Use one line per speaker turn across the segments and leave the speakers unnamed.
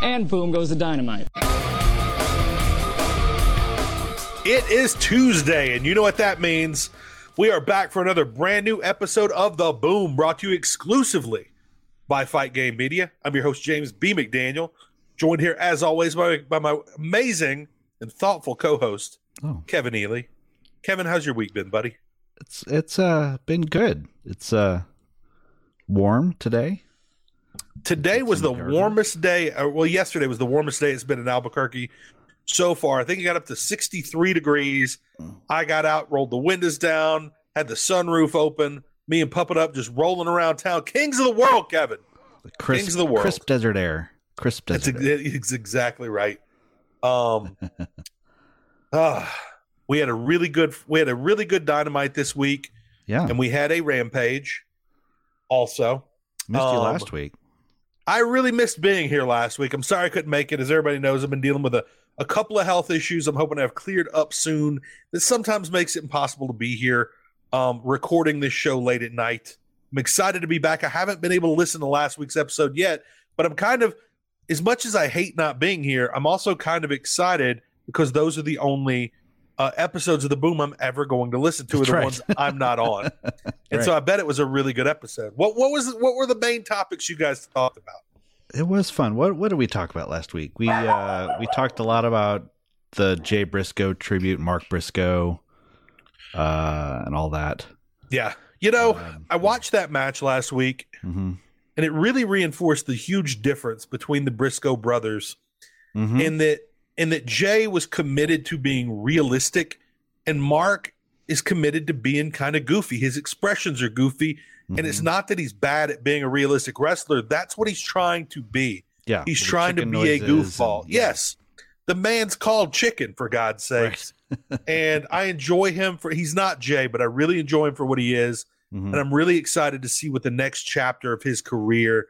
and boom goes the dynamite.
It is Tuesday, and you know what that means. We are back for another brand new episode of The Boom, brought to you exclusively by Fight Game Media. I'm your host, James B. McDaniel, joined here, as always, by, by my amazing and thoughtful co host,
Oh.
Kevin Ely. Kevin, how's your week been, buddy?
It's it's uh been good. It's uh warm today.
Today was the
Albuquerque.
warmest day. uh well, yesterday was the warmest day it's been in Albuquerque so far. I think it got up to 63 degrees. I got out, rolled the windows down, had the sunroof open. Me and Puppet Up just rolling around town. Kings of the world, Kevin.
The crisp,
of the world.
crisp desert air. Crisp
That's
desert
ex-
air.
it's exactly right. Um, ah, we had a really good we had a really good dynamite this week,
Yeah.
and we had a rampage. Also,
Missed you
um,
last week.
I really missed being here last week. I'm sorry I couldn't make it. As everybody knows, I've been dealing with a, a couple of health issues. I'm hoping to have cleared up soon. This sometimes makes it impossible to be here um, recording this show late at night. I'm excited to be back. I haven't been able to listen to last week's episode yet, but I'm kind of, as much as I hate not being here, I'm also kind of excited because those are the only uh, episodes of The Boom I'm ever going to listen to, are
That's
the
right.
ones I'm not on. and so I bet it was a really good episode. What what was what were the main topics you guys talked about?
It was fun. What what did we talk about last week? We uh we talked a lot about the Jay Briscoe tribute, Mark Briscoe, uh and all that.
Yeah. You know,
Um,
I watched that match last week
Mm-hmm.
and it really reinforced the huge difference between the Briscoe brothers
Mm-hmm.
in that in that Jay was committed to being realistic and Mark is committed to being kind of goofy. His expressions are goofy
mm-hmm.
and
Hmm?
it's not that he's bad at being a realistic wrestler. That's what he's trying to be.
yeah.
He's
the
trying to
chicken
be a
noises
goofball.
and-
Yes. The man's called chicken for God's sakes. and I enjoy him for he's not Jay, but I really enjoy him for what he is.
Mhm.
and I'm really excited to see what the next chapter of his career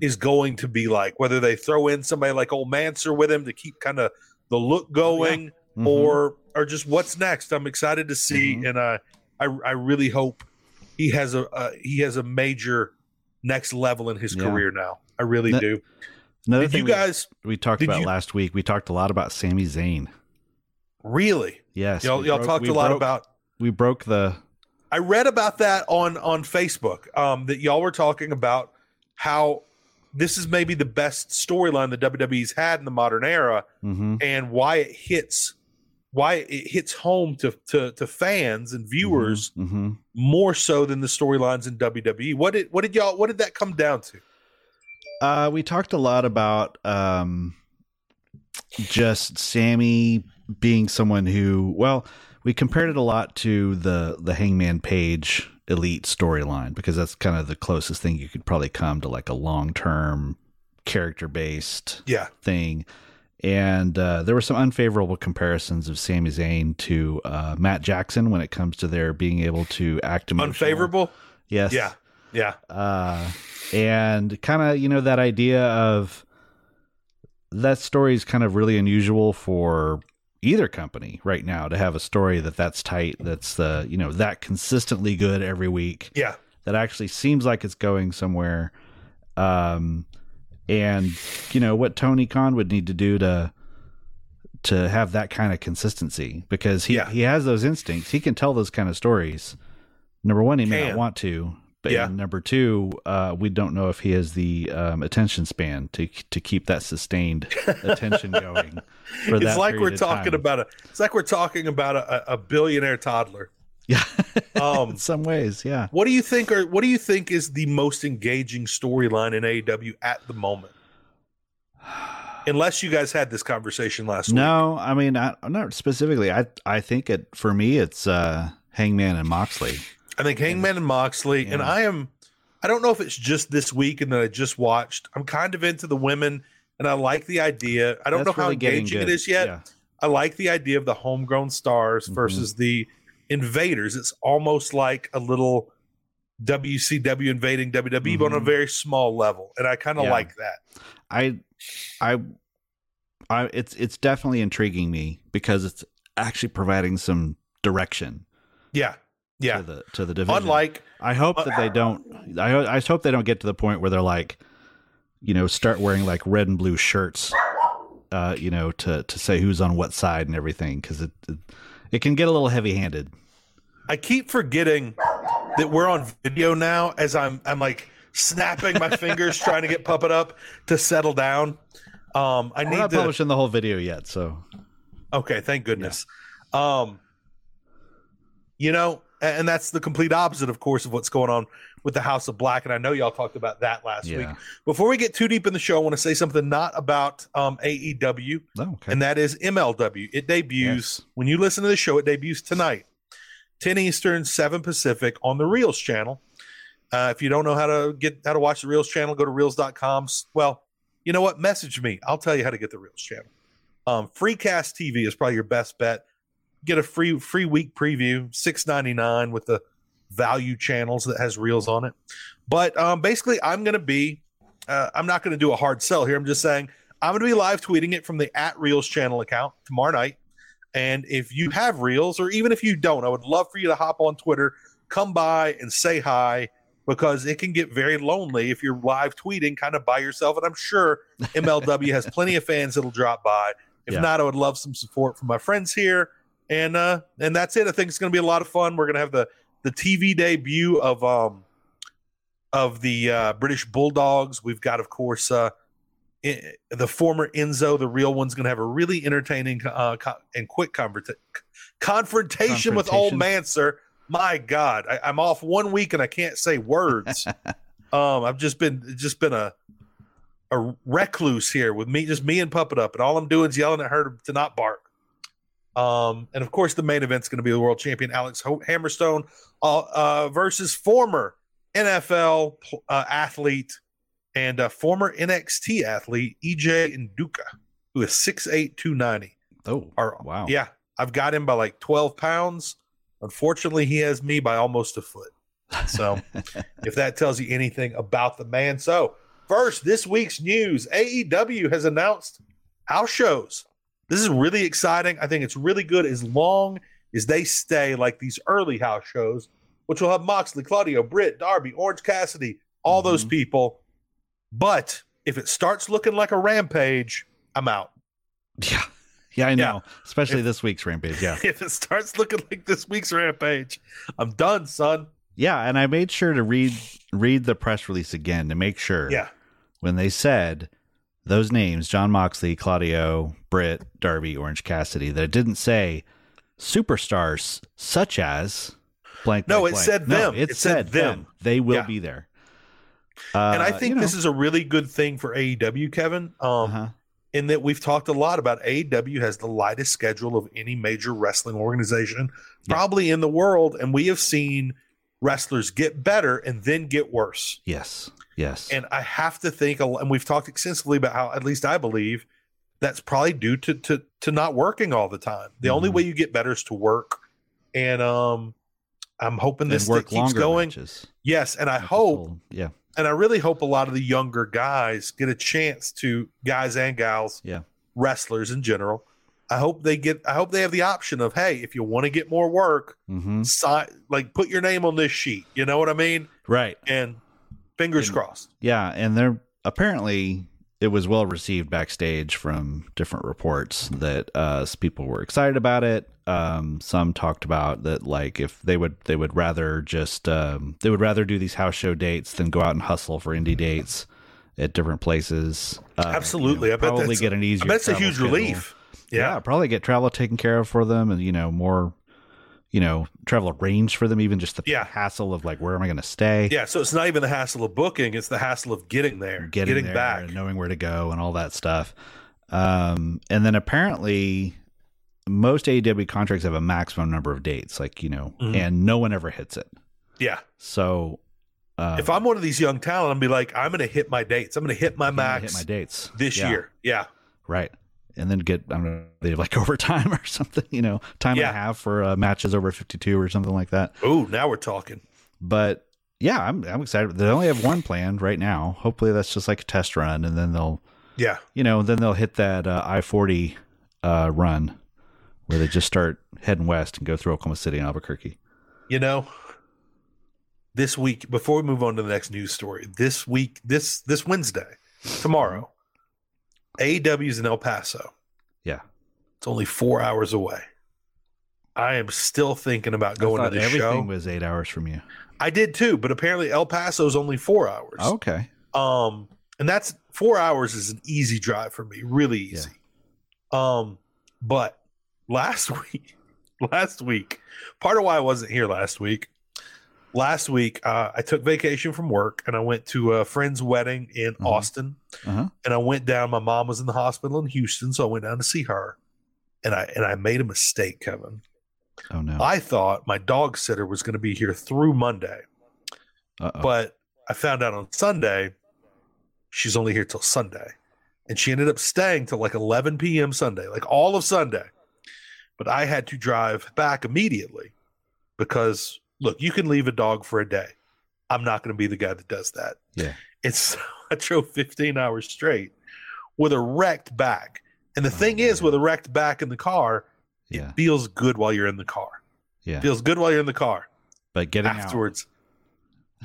is going to be like. Whether they throw in somebody like Old Manser with him to keep kind of the
Oh,
look going,
Mhm.
or or just what's next. I'm excited to see,
Mhm.
and I, I I really hope he has a uh, he has a major next level in his
Yeah.
career now. I really
That-
do.
another
Did
thing
you
we-
guys
we, talked
did
about
you-
last week, we talked a lot about Sami Zayn.
really?
Yes.
y'all
we
y'all
broke-
talked
we
a lot
broke-
about.
we broke the
I read about that on on Facebook. Um, that y'all were talking about how this is maybe the best storyline the WWE's had in the modern era,
hmm
and why it hits why it hits home to to, to fans and viewers
hmm
more so than the storylines in WWE. What did what did y'all what did that come down to?
Uh, we talked a lot about um, just Sammy being someone who, well, we compared it a lot to the the Hangman Page elite storyline because that's kind of the closest thing you could probably come to like a long term character based
Yeah,
thing. And uh, there were some unfavorable comparisons of Sami Zayn to uh, Matt Jackson when it comes to their being able to act emotional.
unfavorable.
Yes.
Yeah, yeah,
uh, and kind of you know that idea of that story is kind of really unusual for either company right now to have a story that that's tight that's the you know that consistently good every week
yeah.
that actually seems like it's going somewhere um and you know what tony khan would need to do to to have that kind of consistency because he
Yeah.
he has those instincts he can tell those kind of stories number one he may
Can.
not want to but
Yeah.
number two uh we don't know if he has the um attention span to to keep that sustained attention going for
It's
that
like
period
we're
of
talking
time.
about a it's like we're talking about a, a a billionaire toddler.
yeah
Um,
in some ways yeah
What do you think are what do you think is the most engaging storyline in AEW at the moment? Unless you guys had this conversation last week.
No, I mean, I, not specifically. I I think it for me, it's uh, Hangman and Moxley.
I think Hangman and Moxley, and
Yeah.
I am I don't know if it's just this week and that I just watched. I'm kind of into the women and I like the idea. I don't
That's
know how
really getting
engaging it
good.
is yet.
Yeah.
I like the idea of the homegrown stars
Mhm.
versus the invaders. It's almost like a little WCW invading WWE, but on a
Mhm.
very small level. And I kind of
Yeah.
like that.
I, I, I, it's it's definitely intriguing me because it's actually providing some direction
Yeah. Yeah.
to the to the division.
Unlike
I hope that they don't. I ho- I just hope they don't get to the point where they're like, you know, start wearing like red and blue shirts, uh, you know, to to say who's on what side and everything because it, it it can get a little heavy handed.
I keep forgetting that we're on video now as I'm I'm like snapping my fingers trying to get Puppet up to settle down. Um, I
We're
need
not
to.
publishing the whole video yet, so
Okay, thank goodness. Um, you know, a- and that's the complete opposite, of course, of what's going on with the House of Black. And I know y'all talked about that last
yeah.
week. Before we get too deep in the show, I want to say something not about um, AEW,
Oh, okay.
and that is MLW. It debuts
Yes.
when you listen to the show. It debuts tonight, ten Eastern, seven Pacific, on the Reels channel. Uh, if you don't know how to get how to watch the Reels channel, go to reels.com. S- Well, you know what? Message me. I'll tell you how to get the Reels channel. Um, Freecast TV is probably your best bet. Get a free free week preview, six ninety nine with the value channels that has reels on it. But um, basically, I'm going to be. Uh, I'm not going to do a hard sell here. I'm just saying I'm going to be live tweeting it from the at Reels channel account tomorrow night. And if you have Reels, or even if you don't, I would love for you to hop on Twitter, come by and say hi because it can get very lonely if you're live tweeting kind of by yourself. And I'm sure MLW has plenty of fans that'll drop by. If
Yeah.
not, I would love some support from my friends here. And uh, and that's it. I think it's going to be a lot of fun. We're going to have the the TV debut of um of the uh, British Bulldogs. We've got, of course, uh, I- the former Enzo, the real one's going to have a really entertaining uh, co- and quick convert- confrontation with old Manser. My God, I, I'm off one week and I can't say words. um, I've just been it's just been a a recluse here with me, just me and Puppet Up, and all I'm doing is yelling at her to, to not bark. Um, and of course, the main event's going to be the world champion Alex Ho- Hammerstone uh, uh, versus former NFL pl- uh, athlete and uh, former NXT athlete EJ Nduka, who is 6'8", 290.
oh,
Are,
wow.
Yeah, I've got him by like 12 pounds. Unfortunately, he has me by almost a foot. So if that tells you anything about the man. So first, this week's news, AEW has announced house shows. This is really exciting. I think it's really good as long as they stay like these early house shows, which will have Moxley, Claudio, Britt, Darby, Orange Cassidy, all those
Mhm.
people. But if it starts looking like a rampage, I'm out.
yeah, yeah. I know, especially
If-
this week's rampage. Yeah,
if it starts looking like this week's rampage, I'm done, son.
yeah. And I made sure to read read the press release again to make sure.
Yeah.
when they said those names John Moxley, Claudio, Britt, Darby, Orange Cassidy, that it didn't say superstars such as blank.
No,
blank,
it
blank.
said them.
it,
It said
said them.
them.
They will
Yeah.
be there.
and I think this is a really good thing for AEW, Kevin, um,
uh
in that we've talked a lot about AEW has the lightest schedule of any major wrestling organization,
Yeah.
probably in the world. And we have seen wrestlers get better and then get worse.
yes, yes,
And I have to think, a lo- and we've talked extensively about how, at least I believe, that's probably due to to to not working all the time. The only
Mhm.
way you get better is to work, and um, I'm hoping
And
this that keeps going.
matches.
Yes, and I
Not the
hope,
full- yeah,
and I really hope a lot of the younger guys get a chance to guys and gals,
Yeah.
wrestlers in general. I hope they get. I hope they have the option of, hey, if you want to get more work,
hmm
si- like put your name on this sheet. You know what I mean?
right,
And fingers
And-
crossed.
yeah. And they're apparently it was well received backstage from different reports that uh, s- people were excited about it. Um, some talked about that, like if they would they would rather just um, they would rather do these house show dates than go out and hustle for indie dates at different places. Uh, you know,
Mm-hmm. Absolutely. I bet
probably
that's-
get an easier.
I bet it's a
travel
huge
schedule.
relief.
yeah.
Yeah.
probably get travel taken care of for them and you know more you know travel arranged for them even just the
Yeah.
hassle of like where am i going to stay
Yeah. So it's not even the hassle of booking, it's the hassle of getting there,
getting,
getting,
there
back.
and knowing where to go and all that stuff um and then apparently most AEW contracts have a maximum number of dates like you know
Mhm.
and no one ever hits it
yeah.
so uh,
if I'm one of these young talent, I'm be like, I'm going to hit my dates. I'm going to hit my
I'm gonna
max
hit my dates
this
Yeah,
year. Yeah.
right and then get i don't know they have like overtime or something you know time
Yeah.
and a half for uh, matches over 52 or something like that
Oh, now we're talking.
but yeah, I'm I'm excited. They only have one planned right now. Hopefully, that's just like a test run, and then they'll
Yeah.
you know then they'll hit that uh, I forty uh, run where they just start heading west and go through Oklahoma City and Albuquerque.
You know, this week, before we move on to the next news story, this week, this this Wednesday, tomorrow. AEW's in El Paso.
Yeah.
It's only four hours away. I am still thinking about going
I
to
thought
the
everything
show.
was eight hours from you.
I did too, but apparently El Paso's only four hours.
Oh, Okay.
Um, and that's four hours is an easy drive for me, really easy. Um, but last week, last week, part of why I wasn't here last week, last week uh, I took vacation from work and I went to a friend's wedding in
Mhm.
Austin,
Uh-huh.
and I went down. My mom was in the hospital in Houston, so I went down to see her, and I and I made a mistake, Kevin.
Oh no.
I thought my dog sitter was going to be here through Monday,
Uh-oh.
but I found out on Sunday she's only here till Sunday. And she ended up staying till like 11 p.m. Sunday, like all of Sunday. But I had to drive back immediately because, look, you can leave a dog for a day. I'm not going to be the guy that does that.
Yeah.
And so I drove 15 hours straight with a wrecked back. And the
Oh,
thing is,
man.
with a wrecked back in the car,
yeah.
it feels good while you're in the car.
Yeah.
Feels good while you're in the car.
But getting afterward.
Afterwards,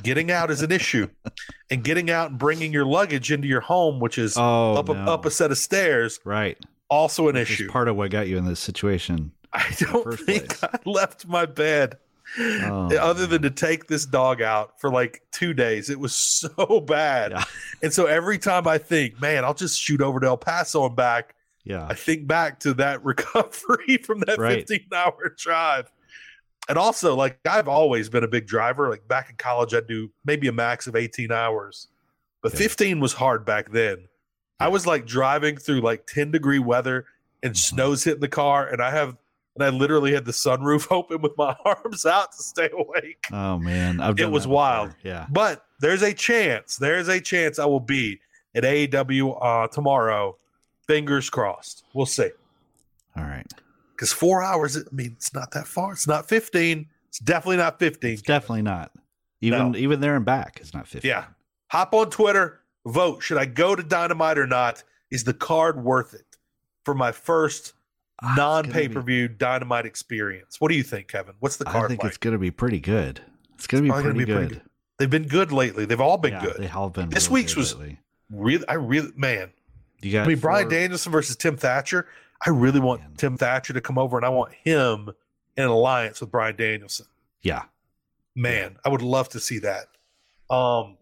getting out is an issue, and getting out and bringing your luggage into your home, which is
Oh,
up a,
no.
up a set of stairs,
right.
also an
Which is
issue.
part of what got you in this situation.
I
the
don't
first
think
place.
I left my bed.
Oh,
Other than to
man.
take this dog out for like two days, it was so bad.
Yeah.
And so every time I think, man, I'll just shoot over to El Paso and back,
Yeah.
I think back to that recovery from that
Right.
15 hour drive. And also, like, I've always been a big driver. Like, back in college, I'd do maybe a max of 18 hours, but
Yeah.
15 was hard back then. I was like driving through like 10 degree weather and
Mhm.
snow's hitting the car. And I have, and I literally had the sunroof open with my arms out to stay awake.
Oh man. I've
It
done
was
that before.
wild.
Yeah.
But there's a chance, there's a chance I will be at AEW uh, tomorrow. Fingers crossed. We'll see.
All right.
Because four hours, I mean, it's not that far. It's not 15. It's definitely not 15.
It's definitely not. Even
No.
even there and back is not 50.
Yeah. Hop on Twitter, vote. Should I go to Dynamite or not? Is the card worth it for my first
Ah,
non pay per view Dynamite experience? What do you think, Kevin? What's the
I
card
think
like?
it's going to be pretty good. It's going to be
probably
pretty
gonna be
good.
pretty They've been good lately. They've all been
Yeah,
good.
They have been.
This
real
week's
good
was-
lately.
Really, I really, man.
You got.
I mean, Brian
four-
Danielson versus Tim Thatcher. I really want
Man.
Tim Thatcher to come over and I want him in an alliance with Brian Danielson.
Yeah.
Man, I would love to see that. Um,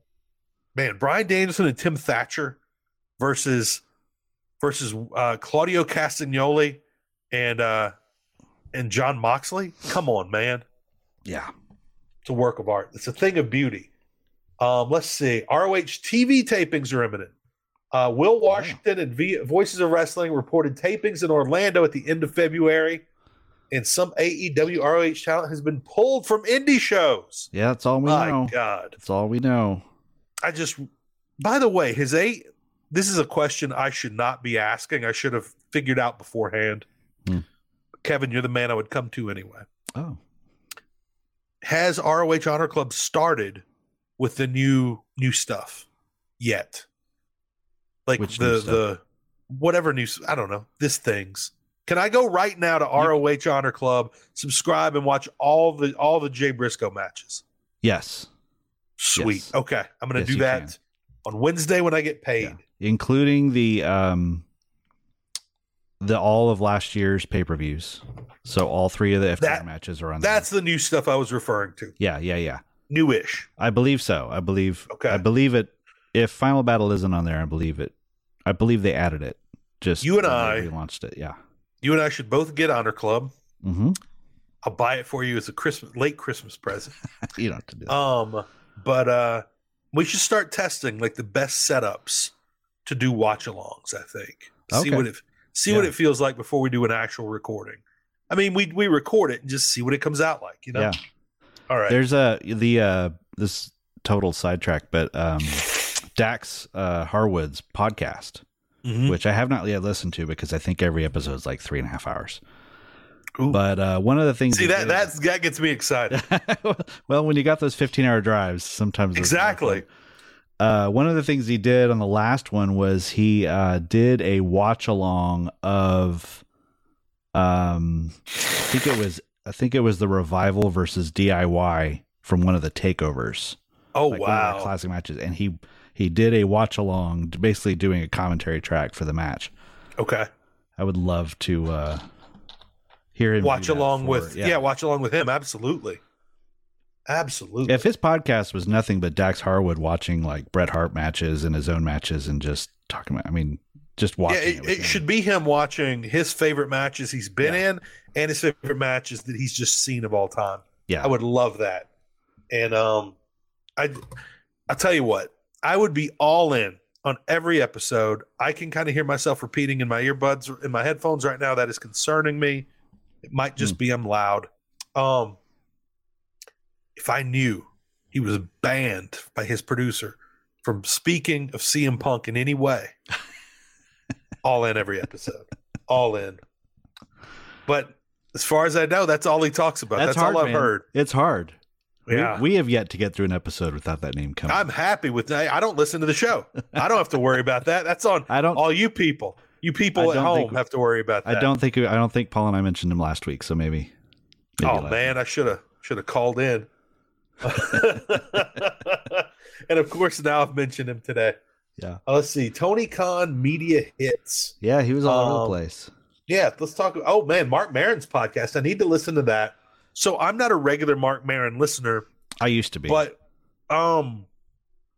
man, Brian Danielson and Tim Thatcher versus versus uh, Claudio Castagnoli and uh, and John Moxley. Come on, man,
Yeah.
it's a work of art. It's a thing of beauty. Um, let's see. ROH TV tapings are imminent. Uh, Will Washington and v- Voices of Wrestling reported tapings in Orlando at the end of February, and some E AEW ROH talent has been pulled from indie shows.
Yeah. That's all we
My
know.
God.
That's all we know.
I just by the way, his eight this is a question I should not be asking. I should have figured out beforehand.
Hmm.
Kevin, you're the man I would come to anyway.
Oh.
Has ROH Honor Club started with the new new stuff yet? Like
Which new
the
stuff?
the whatever new s- I don't know, this things. Can I go right now to ROH Honor Club, subscribe and watch all the all the Jay Briscoe matches?
Yes.
Sweet.
Yes.
Okay. I'm going to
Yes,
do
you
that
can.
on Wednesday when I get paid.
Yeah. Including the um. The all of last year's pay per views. So all three of the FTR
That-
matches are on. there.
That's the new stuff I was referring to.
Yeah. Yeah. Yeah.
Newish.
I believe so. I believe.
Okay.
I believe it. If Final Battle isn't on there, I believe it. I believe they added it. Just
You and
when
I-
they relaunched it. Yeah.
You and I should both get Honor Club.
Mm-hmm.
I'll buy it for you as a Christmas late Christmas present.
You don't have to do that.
Um, but uh we should start testing like the best setups to do watch alongs, I think. See
Okay.
what it see what
Yeah.
it feels like before we do an actual recording. I mean, we we record it and just see what it comes out like, you know?
Yeah.
All right.
There's a the uh this total sidetrack, but um Dax uh Harwood's podcast,
Mhm.
which I have not yet listened to because I think every episode is like three and a half hours.
Ooh.
But uh one of the things
See
he
that
did-
that's that gets me excited.
well, when you got those 15 hour drives, sometimes it's not
Exactly.
fun. Uh, one of the things he did on the last one was he uh, did a watch along of, um, I think it was I think it was the revival versus DIY from one of the takeovers.
Oh
like one of their
wow.
classic matches, and he He did a watch along, basically doing a commentary track for the match.
Okay.
I would love to uh, hear him do
watch
that
along
for-
with yeah. watch along with him absolutely absolutely
If his podcast was nothing but Dax Harwood watching like Bret Hart matches and his own matches and just talking about, I mean, just
yeah
watching.
it,
with
it
him.
should be him watching his favorite matches he's been in and his favorite matches that he's just seen of all time
Yeah.
i would love that and um i i'll tell you what i would be all in on every episode i can kind of hear myself repeating in my earbuds or in my headphones right now that is concerning me it might
Hmm.
just be i'm loud um if i knew he was banned by his producer from speaking of CM Punk in any way. all in every episode. All in. But as far as I know, that's all he talks about. That's, all I've
man.
heard.
It's hard. We-
Yeah.
We, have yet to get through an episode without that name coming.
I'm happy with that. I don't listen to the show. I don't have to worry about that. That's on
I don't.
all you people. You
I
people at
don't
home
think-
have to worry about that.
I don't think. I don't think Paul and I mentioned him last week. So maybe. maybe
Oh
last
man, I should have should have called in. and of course, now I've mentioned him today.
Yeah.
Uh, let's see. Tony Khan media hits.
Yeah, he was all over the
Um,
place.
Yeah, let's talk. Oh man, Mark Marin's podcast. I need to listen to that. So I'm not a regular Mark Marin listener,
I used to be.
but um,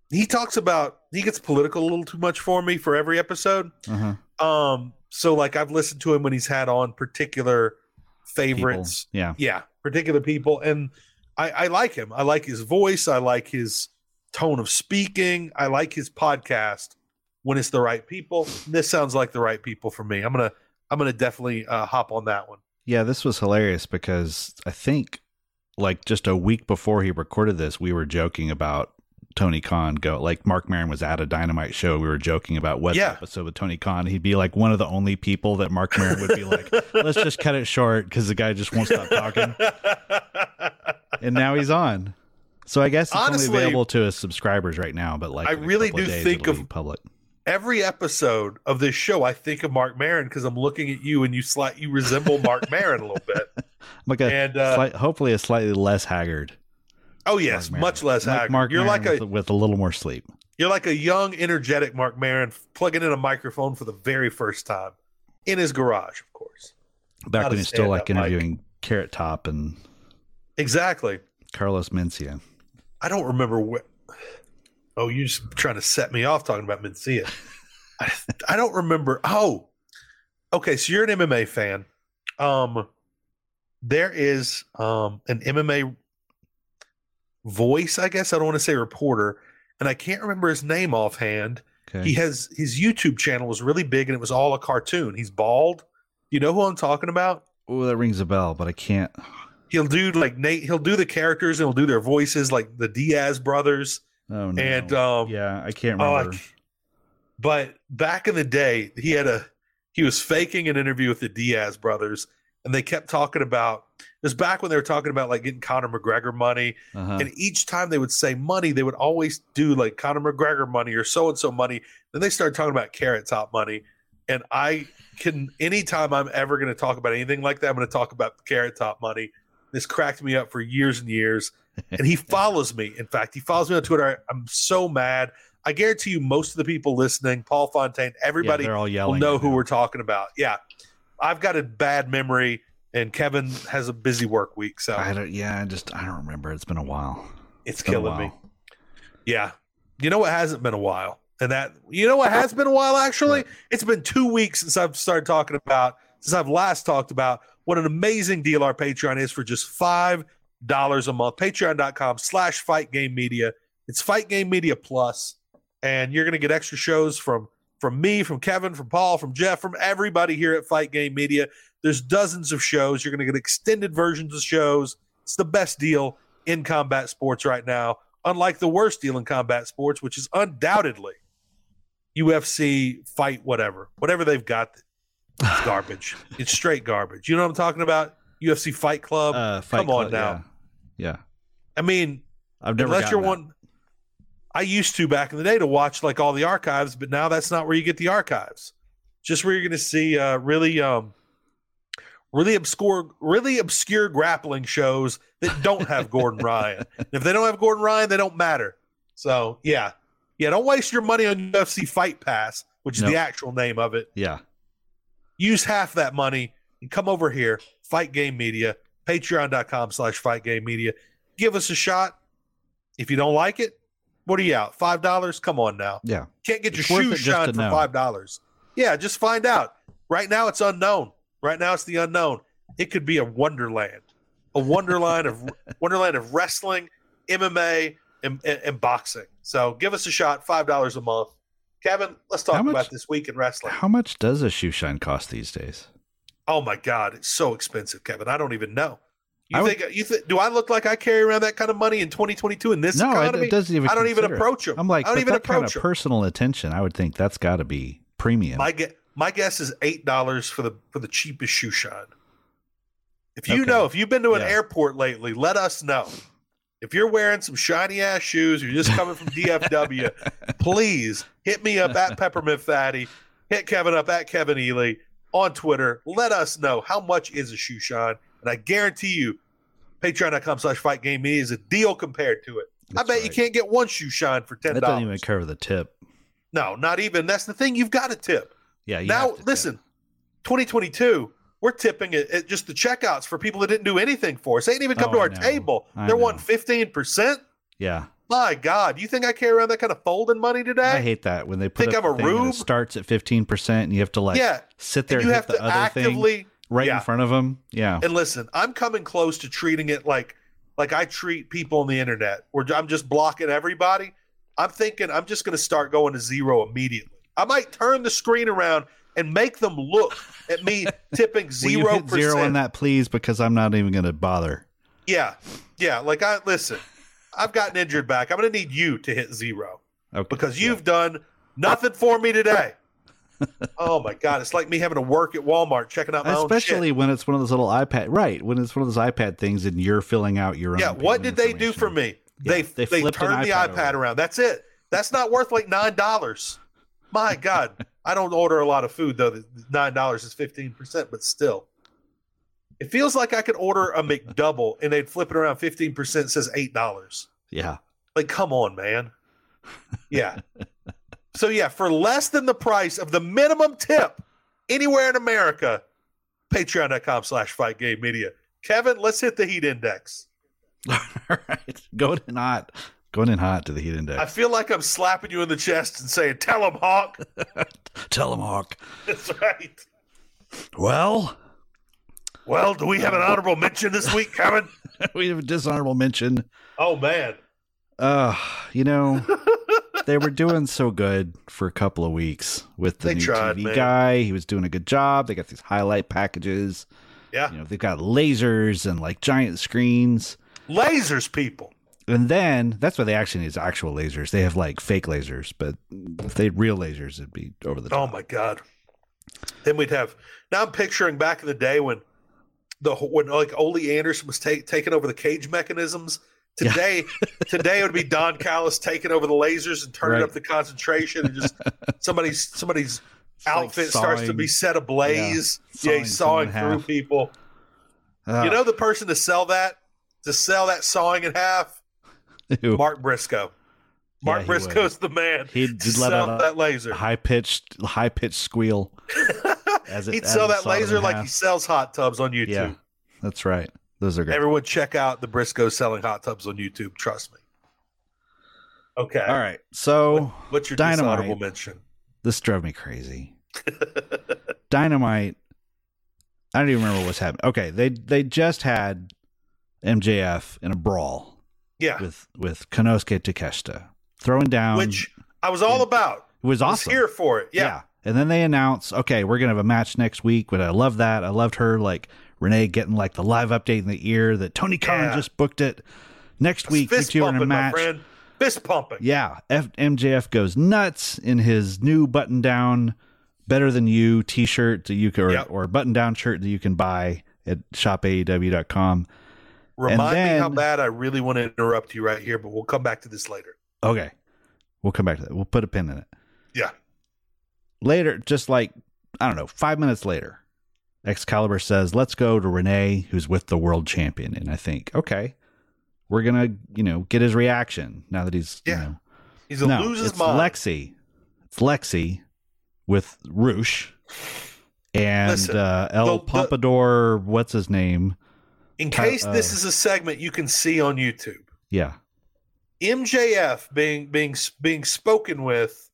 he talks about he gets political a little too much for me for every episode.
uh-huh.
Um, so like I've listened to him when he's had on particular
People.
favorites
Yeah.
yeah particular people and I, I like him i like his voice i like his tone of speaking i like his podcast when it's the right people this sounds like the right people for me i'm gonna i'm gonna definitely uh, hop on that one
Yeah, this was hilarious because I think like just a week before he recorded this, we were joking about Tony Khan go like Mark Maron was at a dynamite show. We were joking about what
Yeah.
episode with Tony Khan. He'd be like one of the only people that Mark Maron would be like, let's just cut it short because the guy just won't stop talking. And now he's on. So I guess it's
Honestly,
only available to his subscribers right now, but like
I
in a
really
couple
do
days,
think
it'll
of-
be public.
every episode of this show i think of mark marin because i'm looking at you and you slight you resemble mark marin a little bit
Like a
and uh,
slight, hopefully a slightly less haggard.
oh yes
Mark Maron.
much less
Like
haggard.
Mark
you're
Maron
like a
with, with a little more sleep.
You're like a young, energetic Mark Maron plugging in a microphone for the very first time in his garage, of course.
back
Not a
when he's still like
stand-up mic.
interviewing Carrot Top and
Exactly.
Carlos Mencia.
I don't remember what. Oh, you're just trying to set me off talking about Mencia. I, I don't remember. Oh, okay. So you're an MMA fan. Um, there is um an MMA voice, I guess. I don't want to say reporter, and I can't remember his name offhand.
Okay.
He has his YouTube channel was really big and it was all a cartoon. He's bald. You know who I'm talking about?
oh, that rings a bell, but I can't.
He'll do like Nate. He'll do the characters and he'll do their voices, like the Diaz brothers.
Oh no.
And um,
yeah, I can't
oh, I
remember.
c- but back in the day, he had a he was faking an interview with the Diaz brothers, and they kept talking about. It was back when they were talking about like getting Conor McGregor money,
uh-huh.
and each time they would say money, they would always do like Conor McGregor money or so and so money. Then they started talking about carrot top money. And I can, anytime I'm ever going to talk about anything like that, I'm going to talk about carrot top money. This cracked me up for years and years. And he follows me. In fact, he follows me on Twitter. I, I'm so mad. I guarantee you, most of the people listening, Paul Fontaine, everybody
yeah, they're all
will
yelling.
know
right
who
now.
we're talking about. Yeah. I've got a bad memory, and Kevin has a busy work week. So
I don't. Yeah, I just I don't remember. It's been a while.
it's
It's been a
killing me.
while.
Yeah. You know what hasn't been a while? And that you know what has been a while actually?
What?
It's been two weeks since I've started talking about since I've last talked about what an amazing deal our Patreon is for just five dollars a month. Patreon.com slash fight game media. It's fight game media plus, and you're gonna get extra shows from from me, from Kevin, from Paul, from Jeff, from everybody here at Fight Game Media. There's dozens of shows. You're gonna get extended versions of shows. It's the best deal in combat sports right now unlike the worst deal in combat sports, which is undoubtedly UFC fight whatever, whatever they've got. It's garbage. it's straight garbage. You know what I'm talking about? UFC Fight Club.
Uh, Fight
Um, come on
Club,
now.
Yeah. Yeah.
I mean,
I've never.
unless you're
gotten that.
one. I used to back in the day to watch like all the archives, but now that's not where you get the archives. Just where you're going to see uh, really, um, really obscure, really obscure grappling shows that don't have Gordon Ryan. And if they don't have Gordon Ryan, they don't matter. So yeah, Yeah, don't waste your money on UFC Fight Pass, which is
Nope.
the actual name of it.
Yeah.
Use half that money and come over here, Fight Game Media, patreon.com slash Fight Game Media. Give us a shot. If you don't like it, what are you out? Five dollars? Come on now.
Yeah.
Can't get your
It's worth it
shoes
just to
shined for
know.
five dollars. Yeah, just find out. Right now it's unknown. Right now it's the unknown. It could be a wonderland. A wonderland of wonderland of wrestling, MMA, and, and, and boxing. So give us a shot, five dollars a month. Kevin, let's
How
talk
much-
about this week in wrestling.
How much does a shoe shine cost these days?
Oh my God, it's so expensive, Kevin. I don't even know. You
I would-
think you think? Do I look like I carry around that kind of money in 2022 in this
no, it-
economy?
it doesn't even.
I don't even
consider it.
approach 'em.
I'm like,
I don't
but
even
that kind of
approach 'em.
personal attention. I would think that's got to be premium.
My guess, my guess is eight dollars for the for the cheapest shoe shine. If you
Okay.
know, if you've been to an
Yeah.
airport lately, let us know. If you're wearing some shiny ass shoes, you're just coming from DFW. please hit me up at Peppermint Fatty. Hit Kevin up at Kevin Ely on Twitter. Let us know how much is a shoe shine, and I guarantee you, Patreon.com/slash Fight Game Media is a deal compared to it. I
That's
bet you
right.
can't get one shoe shine for ten
That doesn't even
dollars.
cover the tip.
No, not even. That's the thing. You've got to tip
Yeah. You
now
have to tip.
listen 2022 we're tipping it at just the checkouts for people that didn't do anything for us they didn't even come
Oh,
to
I
our
know.
table
I
they're
know.
wanting 15%
Yeah.
my god you think i carry around that kind of folding money
I
today
hate that when they put
Think
up
I'm
a
a
thing and it
rube?
starts at 15% and you have to like
yeah
sit there
and
and
you have
hit the
to
other thing
actively
right
yeah.
in front of them. Yeah.
and listen i'm coming close to treating it like like i treat people on the internet where i'm just blocking everybody i'm thinking i'm just going to start going to zero immediately i might turn the screen around and make them look at me tipping
Will you
zero
hit zero on
percent
that, please, because I'm not even going to bother.
Yeah. Yeah. Like I listen, I've gotten injured back. I'm gonna need you to hit zero
Okay.
because you've done nothing for me today. oh my god, it's like me having to work at Walmart checking out my
Especially
own oh, shit.
when it's one of those little iPad, right? When it's one of those iPad things and you're filling out your own.
Yeah, what did
payment
they do for
information.
me?
Yeah,
they
they
they,
flipped an
turned the
iPad
iPad
over.
around. That's it. That's not worth like nine dollars. My God. I don't order a lot of food though. Nine dollars is fifteen percent, but still. It feels like I could order a McDouble and they'd flip it around fifteen percent says eight dollars.
Yeah.
Like, come on, man. Yeah. so yeah, for less than the price of the minimum tip anywhere in America, patreon.com slash fight game media. Kevin, let's hit the heat index.
All right. Going in hot. Going in hot to the heat
I
index.
feel like I'm slapping you in the chest and saying, Tell him Hawk.
Tell them, Hawk.
That's right.
Well,
Well, do we have an honorable mention this week, Kevin?
we have a dishonorable mention.
Oh man.
Uh, you know, they were doing so good for a couple of weeks with the
They
new
tried,
TV
man.
guy. He was doing a good job. They got these highlight packages.
Yeah.
You know, they've got lasers and like giant screens.
Lasers, people.
And then that's what they actually need is actual lasers. They have like fake lasers, but if they had real lasers, it'd be over the top.
Oh my god. Then we'd have. Now I'm picturing back in the day when the when like Ole Anderson was ta- taking over the cage mechanisms.
Yeah.
Today, today it would be Don Callis taking over the lasers and turning
Right.
up the concentration, and just somebody's somebody's
It's like
outfit starts to
sawing-
be set ablaze.
Yeah,
Yeah,
sawing
he's
someone
sawing
in
through
half.
people.
Ah,
You know the person to sell that to sell that sawing in half,
Ah, ew.
Mark Briscoe. Mark
he would.
Briscoe's the man.
he'd
to
let
sell
out a
that laser.
high pitched, high pitched squeal. As
He'd
as
sell that
sawed it in
laser like he
half.
sells hot tubs on YouTube.
Yeah, that's right. Those are great.
Everyone, check out the Briscoe selling hot tubs on YouTube. Trust me. Okay.
All right, so
What's your
Dynamite.
dishonorable mention?
this drove me crazy. Dynamite. I don't even remember what's happening. Okay, they they just had MJF in a brawl
Yeah,
with um, with Konosuke Takeshita throwing down,
which I was all about.
it was
I was
awesome.
here for it. Yeah.
And then they announce, okay, we're gonna have a match next week. But I love that. I loved her like Renee getting like the live update in the ear that Tony Khan
Yeah.
just booked it. Next week, you
Fist
two are in a
pumping, my
match.
friend. Fist pumping.
Yeah, F- MJF goes nuts in his new button down, better than you t shirt that you can, or,
Yep.
or button down shirt that you can buy at E shopaew.com.
Remind me how
then-
bad I really want to interrupt you right here, but we'll come back to this later.
Okay, we'll come back to that. We'll put a pin in it.
Yeah.
Later, just like, I don't know, five minutes later, Excalibur says, let's go to Renee, who's with the world champion. And I think, okay, we're going to, you know, get his reaction now that he's,
Yeah.
you know,
He's gonna
no,
lose his
it's
mind.
Lexi. It's Lexi with Roosh and
Listen,
uh, El
the- the-
Pompadour. What's his name?
In case
uh,
this is a segment you can see on YouTube,
Yeah,
MJF being being being spoken with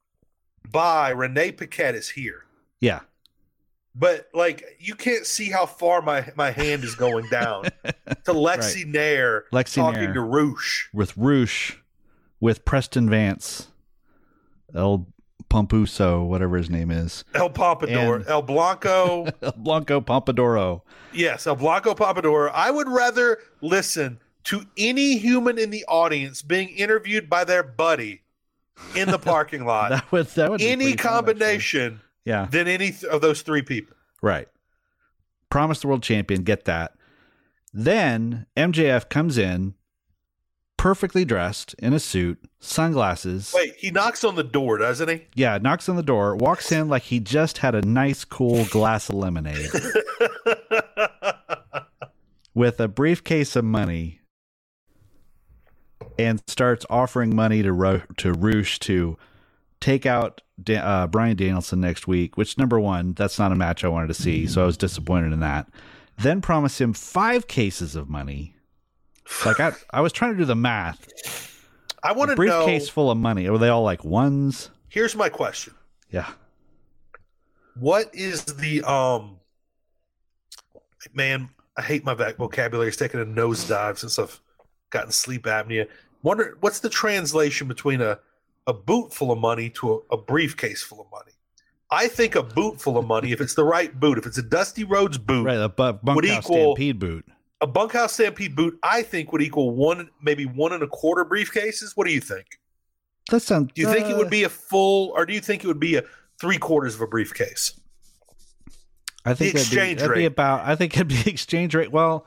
by Renee Paquette is here.
yeah.
But like you can't see how far my my hand is going down to Lexi Nair
Lexi
talking
Nair
to Roosh.
with Roosh with Preston Vance, El Pompuso, whatever his name is,
El Pompadour,
And-
El Blanco.
El Blanco Pompadoro.
yes, El Blanco Pompadour. I would rather listen to any human in the audience being interviewed by their buddy in the parking lot.
That would that would be
any
pretty fun, actually.
combination
yeah,
than any th- of those three people.
right. Promise the world champion. Get that. Then MJF comes in, perfectly dressed in a suit, sunglasses.
Wait, he knocks on the door, doesn't he?
Yeah, knocks on the door, walks in like he just had a nice, cool glass of lemonade with a briefcase of money and starts offering money to Ro- to Roosh to take out da- uh, Brian Danielson next week, which, number one, that's not a match I wanted to see. So I was disappointed in that. Then promise him five cases of money. Like I, I was trying to do the math.
I want
A
to know.
briefcase full of money. Were they all like ones?
Here's my question:
Yeah.
What is the um? Man, I hate my vac- vocabulary. It's taken a nosedive since I've gotten sleep apnea. Wonder what's the translation between a a boot full of money to a, a briefcase full of money. I think a boot full of money, if it's the right boot, if it's a Dusty Rhodes boot,
Right. A bu- bunkhouse
equal-
stampede boot.
a bunkhouse stampede boot, I think would equal one, maybe one and a quarter briefcases. What do you think?
That sounds.
Do you think it
uh,
would be a full, or do you think it would be a three quarters of a briefcase?
I think
the
that'd be-
exchange
that'd be
rate?
about. I think it'd be exchange rate. Well,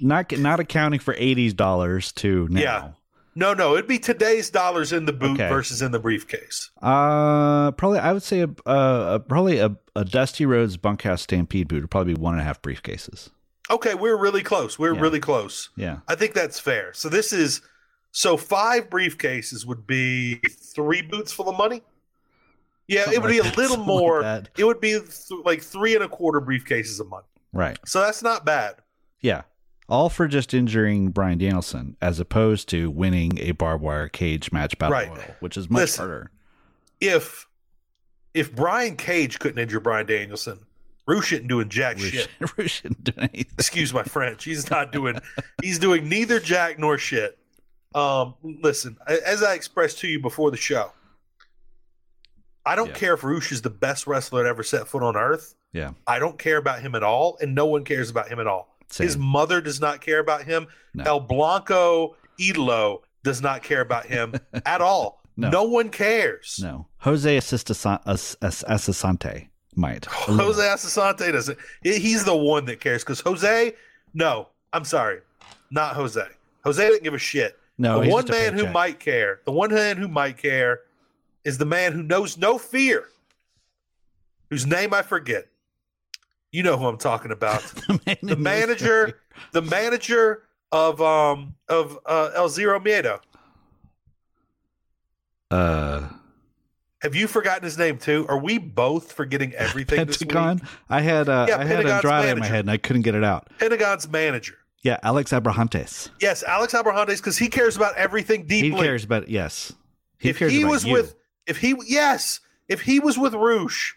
not not accounting for eighties dollars to now.
No, no, it'd be today's dollars in the boot
Okay.
versus in the briefcase.
Uh, probably I would say a, a, a probably a, a Dusty Rhodes bunkhouse stampede boot would probably be one and a half briefcases.
Okay, we're really close. We're
Yeah.
really close.
Yeah,
I think that's fair. So this is so five briefcases would be three boots full of money. Yeah,
Something
it would
like
be
that,
a little
something like
more.
that.
it would be th- like three and a quarter briefcases of money.
right.
So that's not bad.
Yeah, all for just injuring Brian Danielson as opposed to winning a barbed wire cage match battle
Right.
royal, which is much
Listen.
harder.
If if Brian Cage couldn't injure Brian Danielson, Roosh isn't doing jack shit.
We shouldn't do anything.
excuse my French. He's not doing. He's doing neither jack nor shit. Um, listen, a- as I expressed to you before the show, I don't
Yeah.
care if Roosh is the best wrestler that ever set foot on earth.
Yeah.
I don't care about him at all, and no one cares about him at all. His
Same.
mother does not care about him.
No.
El Blanco Idolo does not care about him at all.
No.
No. one cares.
No, Jose Assista- Ass- Ass- Assisante might. A little.
Jose Asasante doesn't. he- He's the one that cares because Jose. No, I'm sorry, not Jose. Jose didn't give a shit.
No,
the
he's
one
just a
man who
paycheck.
might care, the one man who might care, is the man who knows no fear, whose name I forget. You know who I'm talking about.
the, man who
the
knows
manager, the manager of um of uh, El Zero Miedo.
the- Uh,
Have you forgotten his name too? Are we both forgetting everything? this week?
Pentagon. I had uh,
Yeah,
I had
Pentagon's
Andrade in my
manager.
head and I couldn't get it out.
Pentagon's manager.
Yeah, Alex Abrahantes.
Yes, Alex Abrahantes, because he cares about everything
He
deeply.
cares about yes. He
if
cares
he
about
was
you.
with, if he yes, if he was with Roosh,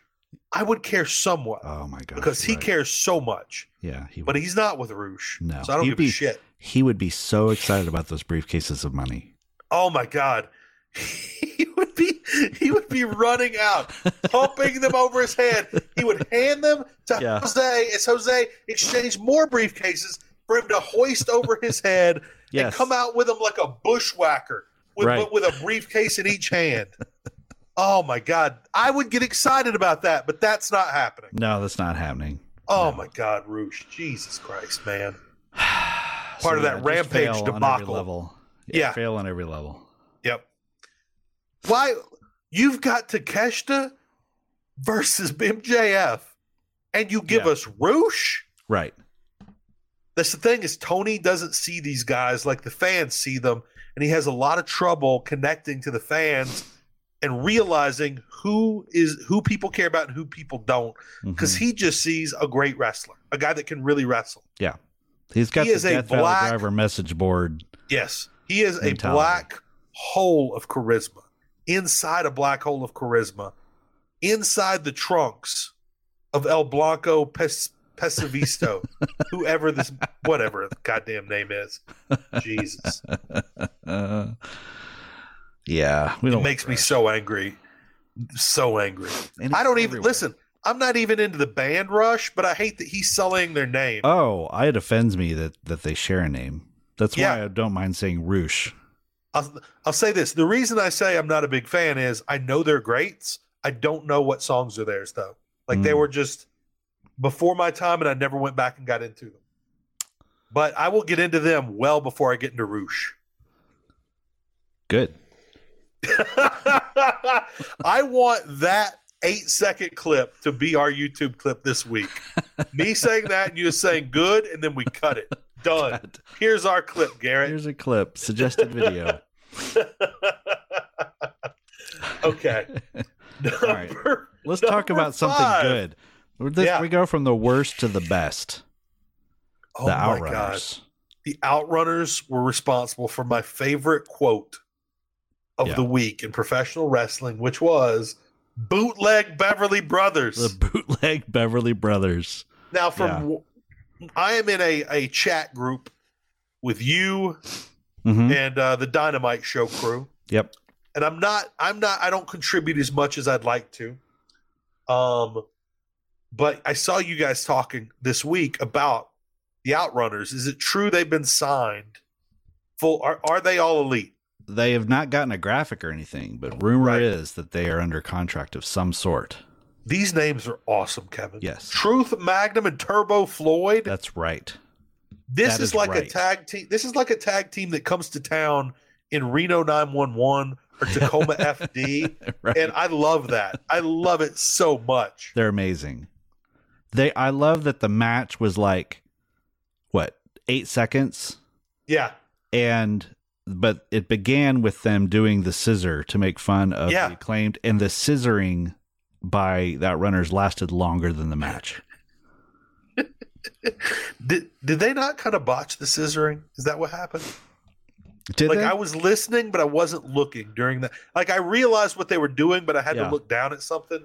I would care somewhat
Oh my god.
because he cares so much.
Yeah, he
But
would.
he's not with Roosh,
No,
so I don't
he'd
give
be-
a shit.
He would be so excited about those briefcases of money.
Oh my god, he would be he would be running out, pumping them over his head. He would hand them to
Yeah.
Jose as Jose exchanged more briefcases for him to hoist over his head
Yes.
and come out with them like a bushwhacker with,
Right.
with a briefcase in each hand. oh my God. I would get excited about that, but that's not happening.
No, that's not happening.
Oh
No.
my God, Roosh. Jesus Christ, man.
Part
of that rampage debacle.
level.
Yeah.
Fail on every level.
Yep. Why? You've got Takeshita versus MJF, and you give
Yeah.
us Roosh?
Right.
That's the thing is Tony doesn't see these guys like the fans see them, and he has a lot of trouble connecting to the fans and realizing who is who people care about and who people don't
Mm-hmm.
because he just sees a great wrestler, a guy that can really wrestle.
has got
he
the
is a
Death Valley
black-
Driver message board.
Yes, he is a
Mentality.
black hole of charisma. Inside a black hole of charisma, inside the trunks of El Blanco Pes- Pesavisto, whoever this, whatever the goddamn name is. Jesus,
Uh, yeah, we
it
don't.
makes me so angry, so angry.
And
I
it's
don't even
everywhere.
listen. I'm not even into the band rush, but I hate that he's selling their name.
Oh, I- it offends me that that they share a name. That's why
Yeah.
I don't mind saying Roosh.
I'll, I'll say this: the reason I say I'm not a big fan is I know they're greats. I don't know what songs are theirs though. Like they
Mm.
were just before my time, and I never went back and got into them. But I will get into them well before I get into Roosh.
Good.
I want that eight second clip to be our YouTube clip this week. Me saying that and you saying good, and then we cut it. Done.
God.
Here's our clip, Garrett.
Here's a clip. Suggested video.
okay.
All right.
Number-
Let's talk
number
about something
five.
good. We're this-
Yeah.
We go from the worst to the best.
Oh
the
my God.
Outrunners.
The Outrunners were responsible for my favorite quote of
Yeah.
the week in professional wrestling, which was bootleg Beverly Brothers.
The bootleg Beverly Brothers.
Now, from I am in a, a chat group with you
Mhm.
and uh, the Dynamite Show crew,
Yep.
and I'm not I'm not I don't contribute as much as I'd like to. Um, but I saw you guys talking this week about the Outrunners. Is it true they've been signed? Full are are they all elite?
They have not gotten a graphic or anything, but rumor
Right.
is that they are under contract of some sort.
These names are awesome, Kevin.
Yes.
Truth Magnum and Turbo Floyd.
That's right.
This
That
is
is
like a
right.
tag team. This is like a tag team that comes to town in Reno 911 or Tacoma FD,
right.
and I love that. I love it so much.
They're amazing. They I love that the match was like what, 8 seconds
Yeah,
and but it began with them doing the scissor to make fun of
Yeah.
the acclaimed and the scissoring by that runners lasted longer than the match.
did did they not kind of botch the scissoring? Is that what happened?
Did
like
they?
I was listening, but I wasn't looking during that. Like I realized what they were doing, but I had
Yeah.
to look down at something.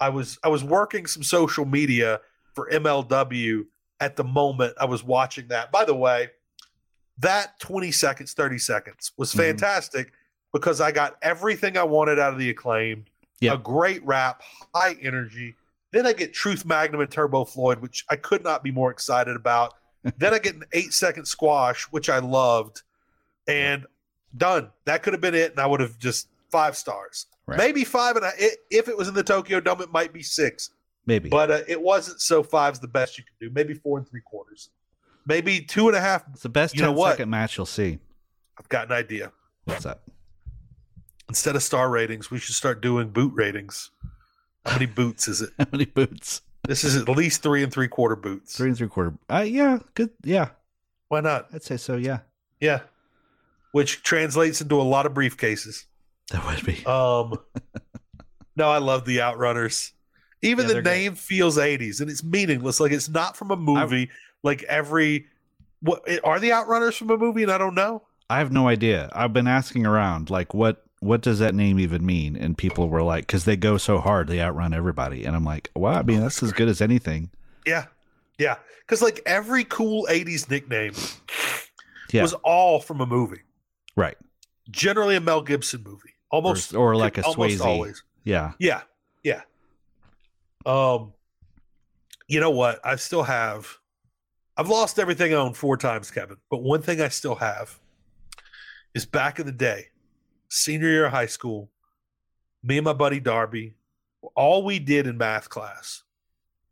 I was I was working some social media for MLW at the moment I was watching that. By the way, that 20 seconds, 30 seconds was
Mhm.
fantastic because I got everything I wanted out of the acclaimed.
Yeah.
A great rap, high energy. Then I get Truth Magnum and Turbo Floyd, which I could not be more excited about. then I get an eight second squash, which I loved. And done. That could have been it. And I would have just five stars.
Right.
Maybe five. And I, i if it was in the Tokyo Dome, it might be six.
Maybe.
But uh, it wasn't. So five's the best you can do. Maybe four and three quarters. Maybe two and a half.
it's the best
you know
ten
what?
second match you'll see.
I've got an idea.
What's up?
Instead of star ratings, we should start doing boot ratings. How many boots is it?
How many boots?
This is at least three and three quarter boots.
Three and three quarter. Uh, yeah, good. Yeah,
Why not?
I'd say so. Yeah,
Yeah. Which translates into a lot of briefcases.
that would be.
Um No, I love the Outrunners. Even
Yeah,
the
they're great.
name feels 80s and it's meaningless. Like it's not from a movie. like every what are the Outrunners from a movie and I don't know.
I have no idea. I've been asking around, like, what what does that name even mean? And people were like, because they go so hard, they outrun everybody. And I'm like, well, I mean, that's as good as anything.
Yeah. Yeah. Cuz like every cool 80s nickname
Yeah.
was all from a movie.
Right.
Generally a Mel Gibson movie. Almost
or, or like a
almost
Swayze.
always.
Yeah.
Yeah, yeah. Um, you know what? I still have. I've lost everything I own four times, Kevin. But one thing I still have is back in the day, senior year of high school, me and my buddy Darby, all we did in math class,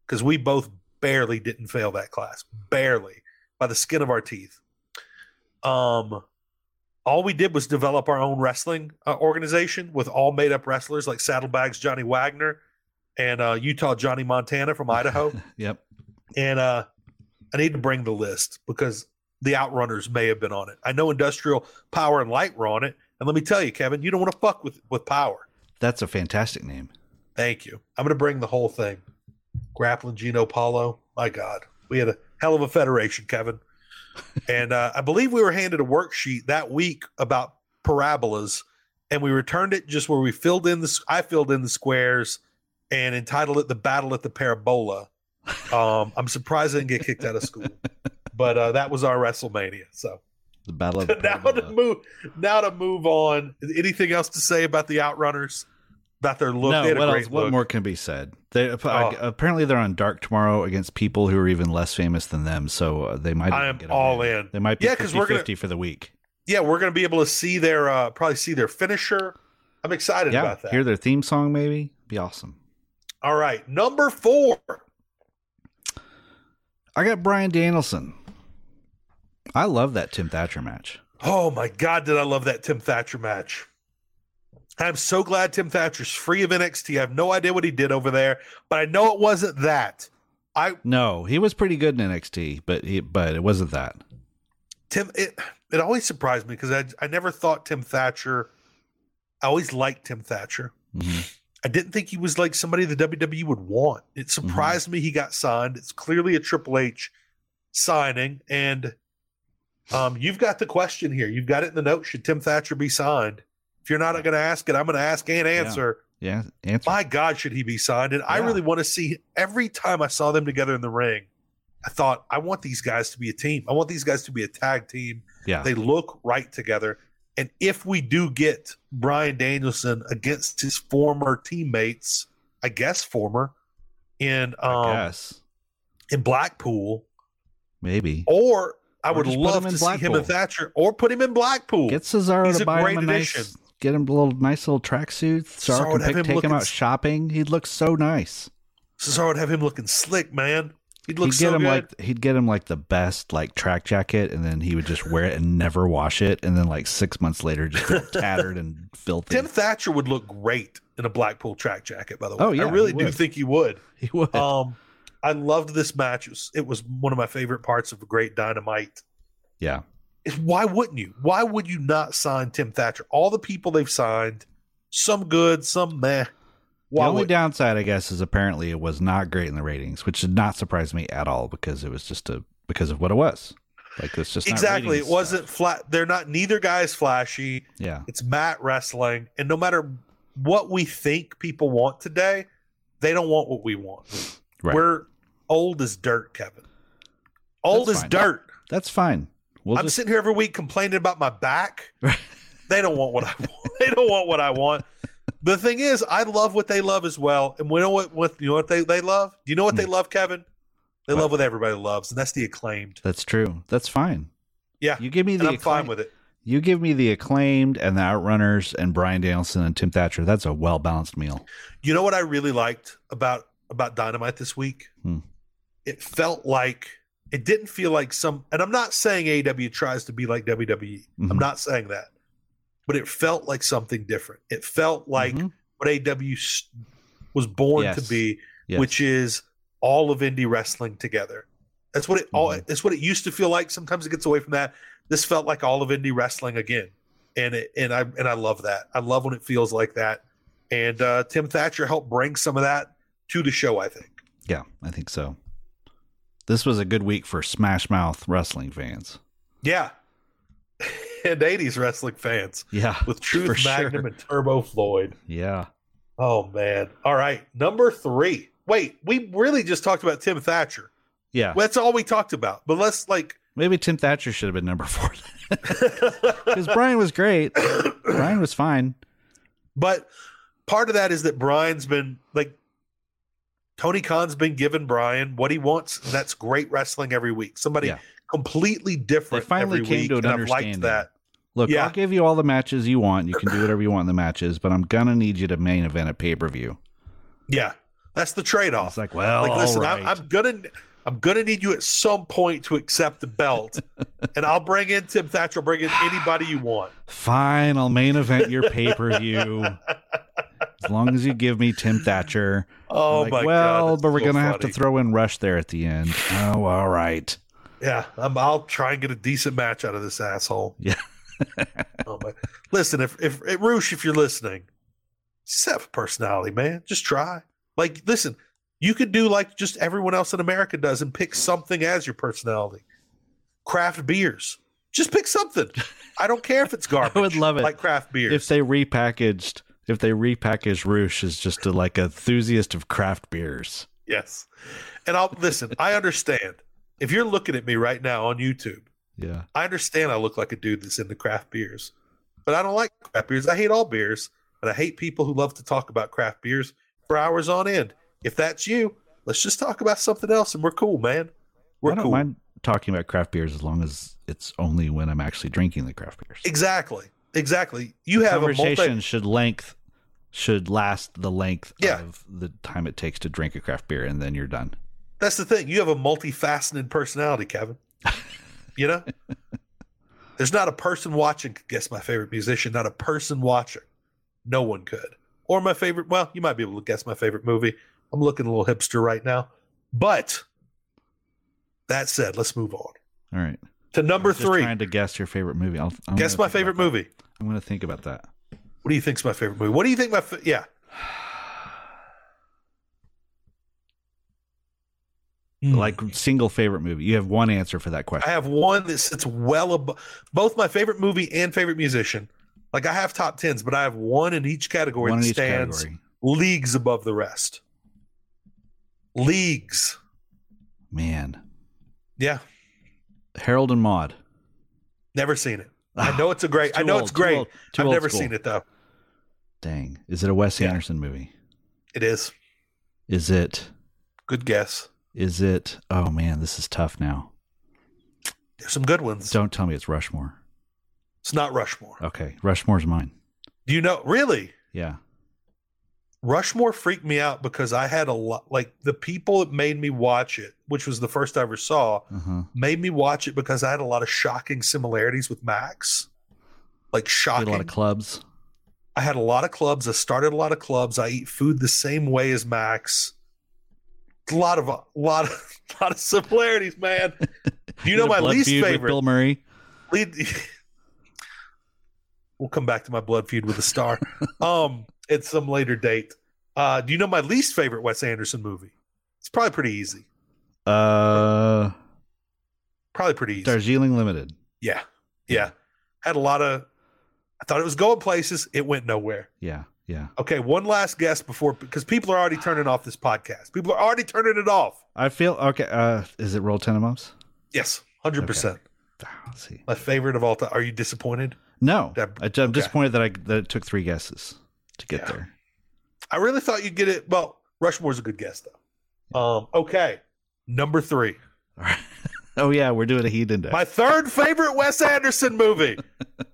because we both barely didn't fail that class, barely by the skin of our teeth. Um, all we did was develop our own wrestling uh, organization with all made up wrestlers like Saddlebags Johnny Wagner and uh, Utah Johnny Montana from Idaho.
Yep.
and uh, I need to bring the list because the Outrunners may have been on it. I know Industrial Power and Light were on it. And let me tell you, Kevin, you don't want to fuck with, with power.
That's a fantastic name.
Thank you. I'm going to bring the whole thing. Grappling Gino Paulo. My God. We had a hell of a federation, Kevin. and uh, I believe we were handed a worksheet that week about parabolas, and we returned it just where we filled in the. I filled in the squares, and entitled it "The Battle at the Parabola." Um, I'm surprised I didn't get kicked out of school, but uh, that was our WrestleMania. So
The Battle of the
now to
Parabola.
move, now to move on. Anything else to say about the Outrunners? About their look?
no,
They had a
what,
great Oh.
else, what
look.
more can be said? They, ap- I- apparently, they're on Dark tomorrow against people who are even less famous than them, so uh, they might.
I
even
am
get a
all
win.
in.
They might be
Yeah, 'cause
50
we're gonna-
50 for the week.
Yeah, we're going to be able to see their uh, probably see their finisher. I'm excited
Yeah,
about that.
hear their theme song maybe. Be awesome.
All right, number four.
I got Brian Danielson. I love that Tim Thatcher match.
Oh my God, did I love that Tim Thatcher match? I'm so glad Tim Thatcher's free of NXT. I have no idea what he did over there, but I know it wasn't that. I
No, he was pretty good in NXT, but he, but it wasn't that.
Tim, it it always surprised me because I I never thought Tim Thatcher. I always liked Tim Thatcher.
Mhm.
I didn't think he was like somebody the WWE would want. It surprised me he got signed. It's clearly a Triple H signing, and um, you've got the question here. You've got it in the note. Should Tim Thatcher be signed? If you're not going to ask it, I'm going to ask and answer.
Yeah, answer.
My God, should he be signed? And I
Yeah.
really want to see. Every time I saw them together in the ring, I thought I want these guys to be a team. I want these guys to be a tag team.
Yeah,
They look right together. And if we do get Brian Danielson against his former teammates, I guess former in
I
um
guess
in Blackpool,
maybe
or I
Or
would
just put
love
him in
to see him
Blackpool.
and Thatcher, or put him in Blackpool.
get Cesaro
he's
to
a
buy him a
great
nice,
addition.
get him a little nice little
Cesaro
tracksuit. Cesaro
would
can
have
pick,
him
take him
looking
out
s-
shopping. He'd look so nice.
Cesaro would have him looking slick, man. He'd look
he'd get
so
him
good.
like he'd get him like the best like track jacket, and then he would just wear it and never wash it, and then like six months later, just be tattered and filthy.
Tim Thatcher would look great in a Blackpool track jacket, by the way.
Oh, yeah,
I really
he
do
would.
think he would.
he would.
Um, I loved this match. It was, it was one of my favorite parts of a great dynamite.
yeah,
It's- Why wouldn't you? Why would you not sign Tim Thatcher? All the people they've signed, some good, some meh. Why
the only
would-
downside, I guess, is apparently it was not great in the ratings, which did not surprise me at all because it was just a because of what it was. Like it's just not
exactly?
ratings
It
stuff.
wasn't flat. They're not. Neither guy is flashy.
Yeah,
It's mat wrestling, and no matter what we think people want today, they don't want what we want.
Right.
We're old as dirt, Kevin. Old
That's
as
fine.
dirt.
that's fine. We'll
I'm
just
sitting here every week complaining about my back. they don't want what I want. They don't want what I want. The thing is, I love what they love as well. And we know what, what you know what they, they love? Do you know what they love, Kevin? They
Hmm. What?
love what everybody loves, and that's the acclaimed.
that's true. That's fine.
Yeah.
You give me
And
the
I'm
acclaim-
fine with it.
You give me the acclaimed and the outrunners and Brian Danielson and Tim Thatcher. That's a well balanced meal.
You know what I really liked about about Dynamite this week?
Hmm.
It felt like it didn't feel like some and I'm not saying AW tries to be like WWE. I'm
Mhm.
not saying that. But it felt like something different. It felt like
Mhm.
what AW s- was born to
Yes.
be,
Yes.
which is all of indie wrestling together. That's what it all.
Mhm.
That's what it used to feel like. Sometimes it gets away from that. This felt like all of indie wrestling again, and it, and I and I love that. I love when it feels like that. And uh, Tim Thatcher helped bring some of that to the show. I think.
yeah, I think so. This was a good week for Smash Mouth wrestling fans.
Yeah. and '80s wrestling fans
Yeah,
with Truth
for
Magnum
sure.
and Turbo Floyd.
yeah.
Oh man! All right, number three. Wait, we really just talked about Tim Thatcher.
Yeah,
Well, that's all we talked about. But let's like
maybe Tim Thatcher should have been number four because Brian was great. Brian was fine.
but part of that is that Brian's been like Tony Khan's been giving Brian what he wants, and that's great wrestling every week. Somebody
Yeah.
completely
They
different
finally
every
came
week,
to an
and I've liked
understanding.
that.
Look,
Yeah.
I'll give you all the matches you want. You can do whatever you want in the matches, but I'm gonna need you to main event a pay per view.
Yeah, that's the trade-off.
It's like, well,
Oh. like, listen,
all right.
I, I'm gonna. I'm gonna need you at some point to accept the belt, and I'll bring in Tim Thatcher. Bring in anybody you want.
Fine, I'll main event your pay per view. as long as you give me Tim Thatcher.
Oh
Like,
my god!
well,
that's
but we're
so
gonna have to
funny.
throw in Rush there at the end. Oh, all right.
Yeah, I'm, I'll try and get a decent match out of this asshole.
Yeah.
oh, man. Listen, if if if- Roosh, if you're listening, set for personality, man. Just try. Like, listen, you could do like just everyone else in America does and pick something as your personality. Craft beers. Just pick something. I don't care if it's garbage.
would love it
Like craft beers.
If they repackaged, if they repackaged Roosh as just a, like enthusiast of craft beers.
yes. And I'll listen, I understand. If you're looking at me right now on YouTube,
Yeah.
I understand I look like a dude that's into craft beers, but I don't like craft beers. I hate all beers, and I hate people who love to talk about craft beers for hours on end. If that's you, let's just talk about something else, and we're cool, man. We're
I don't
cool.
mind talking about craft beers as long as it's only when I'm actually drinking the craft beers.
Exactly. Exactly. You
The
have a
conversation
multi.
should length should last the length
Yeah.
of the time it takes to drink a craft beer and then you're done.
That's the thing. You have a multifaceted personality, Kevin. You know, there's not a person watching could guess my favorite musician. Not a person watching. No one could. Or my favorite. Well, you might be able to guess my favorite movie. I'm looking a little hipster right now. But that said, let's move on
All right.
to number
Just
three.
Trying to guess your favorite movie. I'll, I'm
Guess
gonna
my
think
favorite
about
movie.
that. I'm going to think about that.
What do you think's my favorite movie? What do you think my fa- yeah? Hmm.
Like single favorite movie. You have one answer for that question.
I have one that sits well above both my favorite movie and favorite musician. Like I have top tens, but I have one in each category
one
that
in each
stands
category.
leagues above the rest. Leagues.
Man.
Yeah.
Harold and Maude.
Never seen it. I know it's a great I
Too
know
old,
it's
too
great.
old- too
I've
old
never
school.
seen it though.
Dang. Is it a Wes
Yeah.
Anderson movie?
It is.
Is it
Good guess.
is it oh man, this is tough now.
There's some good ones.
Don't tell me it's Rushmore.
It's not Rushmore.
Okay. Rushmore's mine.
Do you know really?
Yeah.
Rushmore freaked me out because I had a lot like the people that made me watch it, which was the first I ever saw,
Uh-huh.
made me watch it because I had a lot of shocking similarities with Max. Like
Did
shocking.
a lot of clubs.
I had a lot of clubs. I started a lot of clubs. I eat food the same way as Max. A lot of a lot of lot of similarities, man. You know
Did a
my
blood
least
feud with
favorite.
Bill Murray.
lead, we'll come back to my blood feud with a star. um, at some later date. Uh, do you know my least favorite Wes Anderson movie? It's probably pretty easy.
Uh
Probably pretty easy.
Darjeeling Limited.
Yeah. Yeah. Had a lot of I thought it was going places, it went nowhere.
Yeah. Yeah.
Okay, one last guess before because people are already turning off this podcast. People are already turning it off.
I feel okay. Uh is it Roll Tenenbaums?
Yes, 100%.
Ah, Let's see.
My favorite of all time. Are you disappointed?
No.
That-
I, am disappointed that I that it took three guesses to get
Yeah.
there.
I really thought you'd get it. Well, Rushmore's a good guess though. Um, okay. Number 3.
All right. Oh yeah, we're doing a heat index.
My third favorite Wes Anderson movie.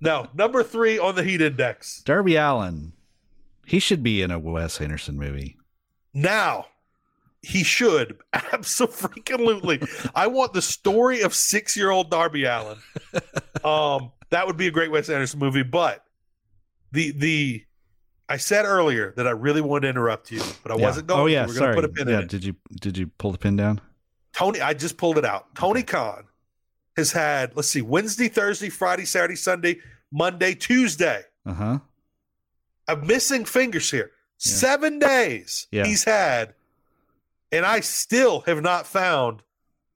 No, number 3 on the heat index.
Darby Allen. He should be in a Wes Anderson movie.
Now, he should. Absolutely. I want the story of six year old Darby Allen. Um, that would be a great Wes Anderson movie, but the the I said earlier that I really wanted to interrupt you, but I
Yeah.
wasn't going
Oh
to.
yeah,
We're gonna
sorry.
put a pin
yeah,
in it.
did you did you pull the pin down?
Tony, I just pulled it out. Tony Khan has had, let's see, Wednesday, Thursday, Friday, Saturday, Sunday, Monday, Tuesday.
Uh huh.
I'm missing fingers here.
Yeah.
Seven days
Yeah.
he's had, and I still have not found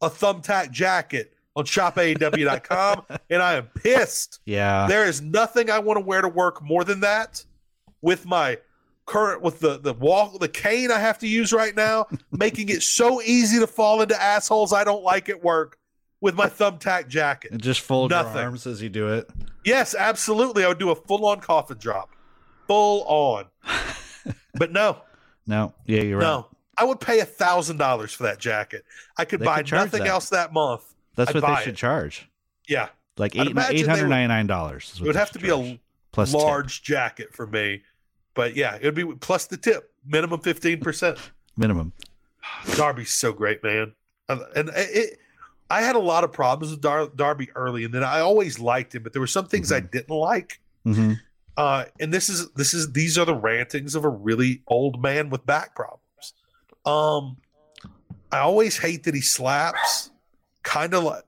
a thumbtack jacket on E shopaw.com, and I am pissed.
Yeah.
There is nothing I want to wear to work more than that with my current with the the walk the cane I have to use right now, making it so easy to fall into assholes I don't like at work with my thumbtack jacket.
Just fold
Nothing.
your arms as you do it.
Yes, absolutely. I would do a full on coffin drop. Full on. but no,
No. Yeah, you're right.
no. I would pay a thousand dollars for that jacket. I could
They
buy
could charge
nothing
that.
else that month.
That's
I'd
what
buy
they should
it.
charge.
Yeah.
Like
I'd
eight
imagine they
eight
would-
hundred ninety nine dollars.
It would have to be a
plus tip.
large jacket for me. But yeah, it would be plus the tip, minimum 15%.
minimum.
Darby's so great, man. And and it, it- I had a lot of problems with Dar- Darby early, and then I always liked him, but there were some things
Mm-hmm.
I didn't like.
hmm
Uh, and this is this is these are the rantings of a really old man with back problems. Um, I always hate that he slaps. Kind of like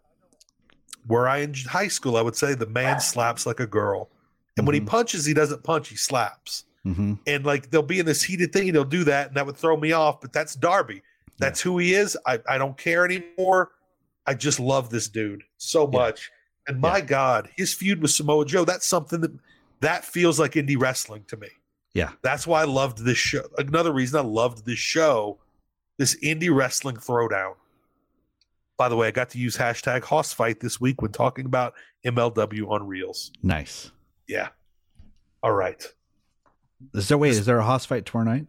Were I in high school, I would say the man slaps like a girl. And when he
Mhm.
punches, he doesn't punch, he slaps.
Mm-hmm.
And like they'll be in this heated thing, and he'll do that, and that would throw me off. But that's Darby. That's who he is. I, I don't care anymore. I just love this dude so
Yeah.
much. And my God, his feud with Samoa Joe, that's something that that feels like indie wrestling to me.
Yeah.
That's why I loved this show. Another reason I loved this show, this indie wrestling throwdown. By the way, I got to use hashtag hoss fight this week when talking about MLW on Reels.
Nice.
Yeah. All right.
Is there wait? Is there a hoss fight tomorrow night?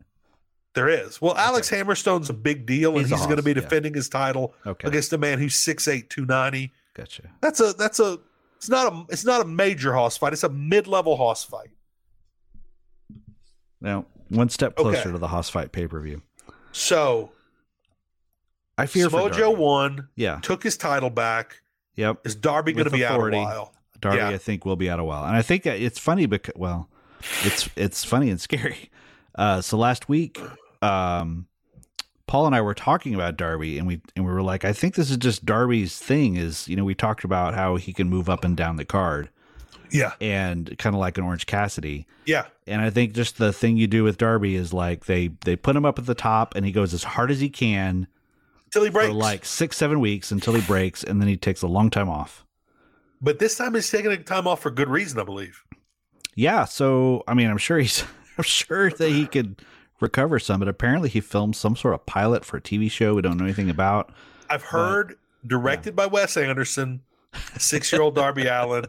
There is. Well, Alex Hammerstone's a big deal, and
He's a
he's, going to
hoss,
be
yeah.
defending his title
Okay,
against a man who's 6'8", 290.
gotcha.
That's a that's a it's not a it's not a major hoss fight. It's a mid level hoss fight.
Now one step closer
Okay.
to the hoss fight pay per view.
So
I fear for Darby.
Smojo won,
Yeah.
took his title back.
Yep.
Is Darby
With
going to be out a
authority.
while?
Darby,
Yeah.
I think, will be out a while, and I think that it's funny because well, it's it's funny and scary. Uh, so last week, um, Paul and I were talking about Darby, and we and we were like, I think this is just Darby's thing. Is you know we talked about how he can move up and down the card,
Yeah,
and kind of like an Orange Cassidy.
yeah,
And I think just the thing you do with Darby is like they they put him up at the top, and he goes as hard as he can
till he breaks.
for like six seven weeks until he breaks, and then he takes a long time off.
but this time he's taking time off for good reason, I believe.
Yeah, so I mean, I'm sure he's, I'm sure that he could recover some, but apparently he filmed some sort of pilot for a TV show we don't know anything about.
I've heard, directed by Wes Anderson, six year old Darby Allen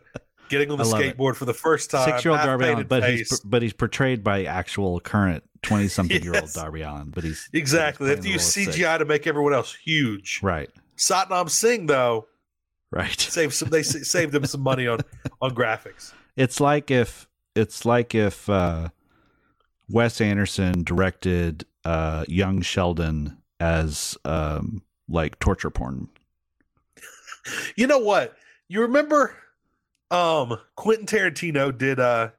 getting on the
I love it.
skateboard for the first time.
Six year old
half
Darby Allen,
painted
but he's
face.
but he's portrayed by actual current twenty something year old
Yes.
Darby Allen, but he's
exactly.
he's
After
playing
you
the role of six.
CGI to make everyone else huge.
right,
Satnam Singh though
right.
saved some. They sa- saved them some money on on graphics.
It's like if it's like if uh, Wes Anderson directed uh, young Sheldon as um, like torture porn.
You know what? You remember um Quentin Tarantino did uh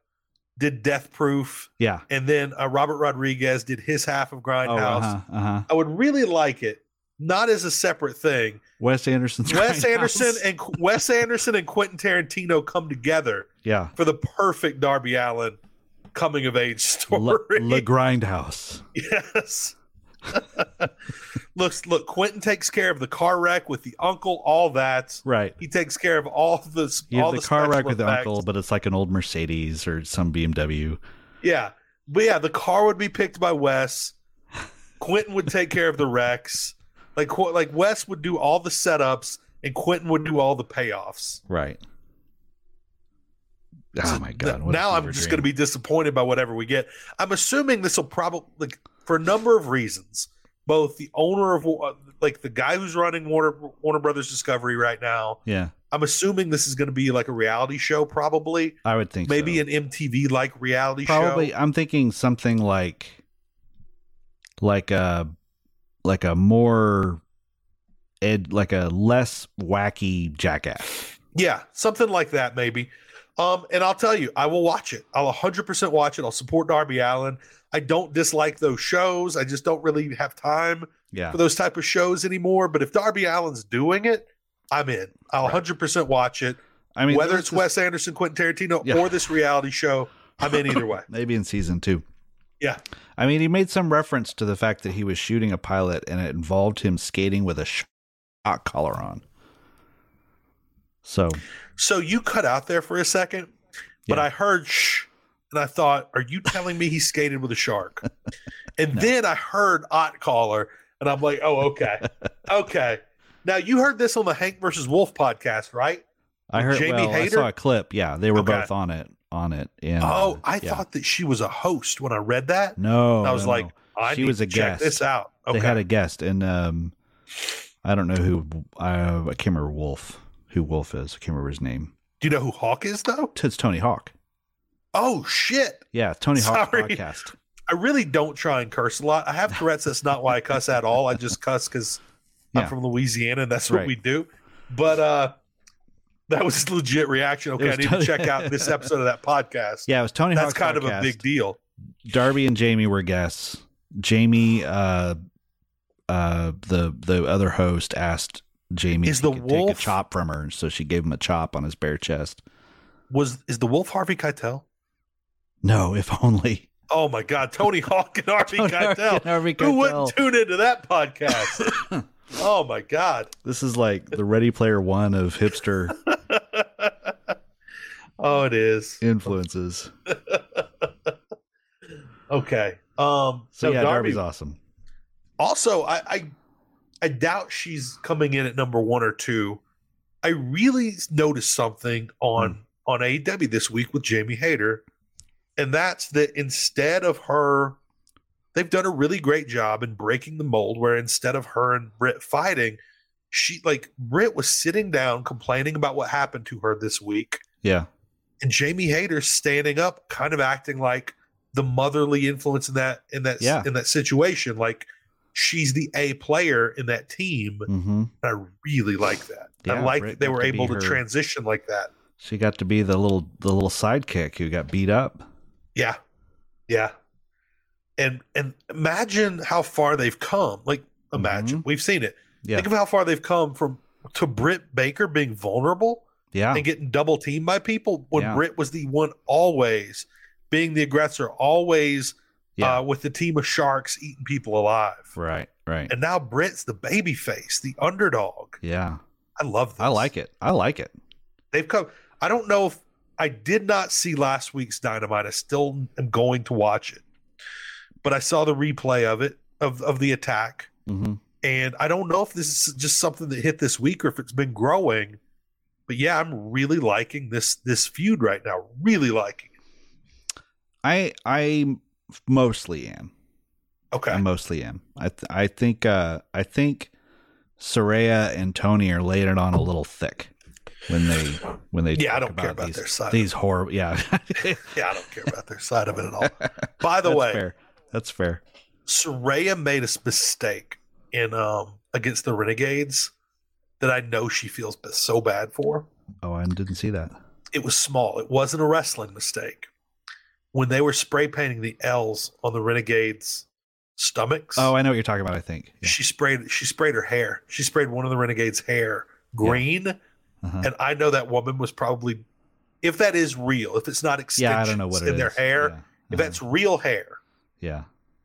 did Death Proof
Yeah.
and then uh, Robert Rodriguez did his half of
Oh,
Grindhouse.
uh huh. Uh-huh.
I would really like it not as a separate thing.
Wes Anderson's
Wes
Grindhouse.
Anderson and Qu- Wes Anderson and Quentin Tarantino come together
yeah.
for the perfect Darby Allen coming of age story.
Le, Le Grindhouse.
yes. Looks look Quentin takes care of the car wreck with the uncle, all that.
Right.
He takes care of all the s-
You
all
have the, car
special
wreck with the
effects.
uncle, but it's like an old Mercedes or some BMW.
Yeah. But yeah, the car would be picked by Wes. Quentin would take care of the wrecks. Like Qu- like Wes would do all the setups and Quentin would do all the payoffs.
Right. Oh my
Th-
god. what a
now I'm
fever
just
dream.
going to be disappointed by whatever we get. I'm assuming this will probably like for a number of reasons. Both the owner of uh, like the guy who's running Warner Warner Brothers Discovery right now.
Yeah,
I'm assuming this is going to be like a reality show, probably
I would think
maybe
so.
an MTV like reality
probably. uh
show.
I'm thinking something like like a like a more ed like a less wacky jackass.
Yeah, something like that maybe. Um, and I'll tell you, I will watch it. I'll 100% watch it. I'll support Darby Allen. I don't dislike those shows. I just don't really have time.
Yeah.
for those type of shows anymore. But if Darby Allen's doing it, I'm in. I'll
Right.
100% watch it.
I mean
Whether
there's
it's
this-
Wes Anderson, Quentin Tarantino,
Yeah.
or this reality show, I'm in either way.
maybe in season two.
Yeah.
I mean, he made some reference to the fact that he was shooting a pilot and it involved him skating with a sh- hot collar on. So,
So you cut out there for a second, but
Yeah.
I heard shh, and I thought, are you telling me he skated with a shark? And then I heard Ott Caller, and I'm like, oh, okay. okay. Now you heard this on the Hank versus Wolf podcast, right?
I heard
Jamie
well, I
Hayter?
saw a clip. Yeah, they were
Okay.
both on it on it and
oh,
uh,
I
yeah.
thought that she was a host when I read that.
No.
I was
no,
like,
no.
I
She
need
was a
to check
guest.
this out. Okay.
they had a guest and um I don't know who I, I can't remember Wolf, who Wolf is. I can't remember his name.
Do you know who Hawk is though?
It's Tony Hawk.
Oh shit!
Yeah, Tony Hawk
Sorry.
podcast.
I really don't try and curse a lot. I have Tourette's. That's not why I cuss at all. I just cuss because
Yeah.
I'm from Louisiana and that's what
Right.
we do. But uh that was a legit reaction. Okay, I
was
need to
totally-
check out this episode of that podcast.
Yeah, it was Tony
that's
Hawk.
kind of a
podcast.
big deal.
Darby and Jamie were guests. Jamie, uh, uh, the the other host asked Jamie
Is
if
the
he could
wolf-
take a chop from her, so she gave him a chop on his bare chest.
Was is the wolf Harvey Keitel?
No, if only
Oh my God, Tony Hawk and Harvey Keitel.
Harvey
Who
Keitel.
wouldn't tune into that podcast? oh my God.
This is like the Ready Player One of hipster
oh, it is.
influences.
Okay. Um.
So
no,
yeah,
Darby.
Darby's awesome.
Also, I, I I doubt she's coming in at number one or two. I really noticed something on on AEW this week with Jamie Hayter, and that's that instead of her, they've done a really great job in breaking the mold. Where instead of her and Britt fighting, she like Britt was sitting down complaining about what happened to her this week,
Yeah,
and Jamie Hayter standing up, kind of acting like the motherly influence in that in that
Yeah.
in that situation. Like she's the A player in that team.
mm-hmm.
I really like that. I
Yeah,
like that
Britt
they
got
were
to be
able to
her-
transition like that.
she got to be the little the little sidekick who got beat up.
Yeah, yeah. And and imagine how far they've come. Like imagine we've seen it.
Mm-hmm. Yeah,
Think of how far they've come from to Britt Baker being vulnerable.
yeah,
and getting double teamed by people when
Yeah.
Britt was the one always being the aggressor, always
Yeah.
uh, with the team of sharks eating people alive.
right, right.
And now Britt's the baby face, the underdog.
Yeah,
I love this.
I like it. I like it.
They've come. I don't know if I did not see last week's Dynamite. I still am going to watch it, but I saw the replay of it of of the attack.
Mm-hmm.
And I don't know if this is just something that hit this week or if it's been growing. But yeah, I'm really liking this this feud right now. Really liking it.
I I mostly am.
Okay.
I mostly am. I th- I think uh I think Soraya and Tony are laying it on a little thick when they when they
yeah, I
talk
don't care about
these,
their side.
these horrible yeah.
yeah, I don't care about their side of it at all. By the
That's
way,
fair. That's fair.
Soraya made a mistake in um against the Renegades that I know she feels b- so bad for.
Oh, I didn't see that.
It was small. It wasn't a wrestling mistake. When they were spray painting the L's on the Renegades' stomachs.
Oh, I know what you're talking about. I think. Yeah.
she sprayed she sprayed her hair. She sprayed one of the renegades' hair green,
Uh-huh.
and I know that woman was probably, if that is real, if it's not extensions
yeah, I don't know what it is
in their hair,
Yeah.
if
Uh-huh.
that's real hair,
yeah,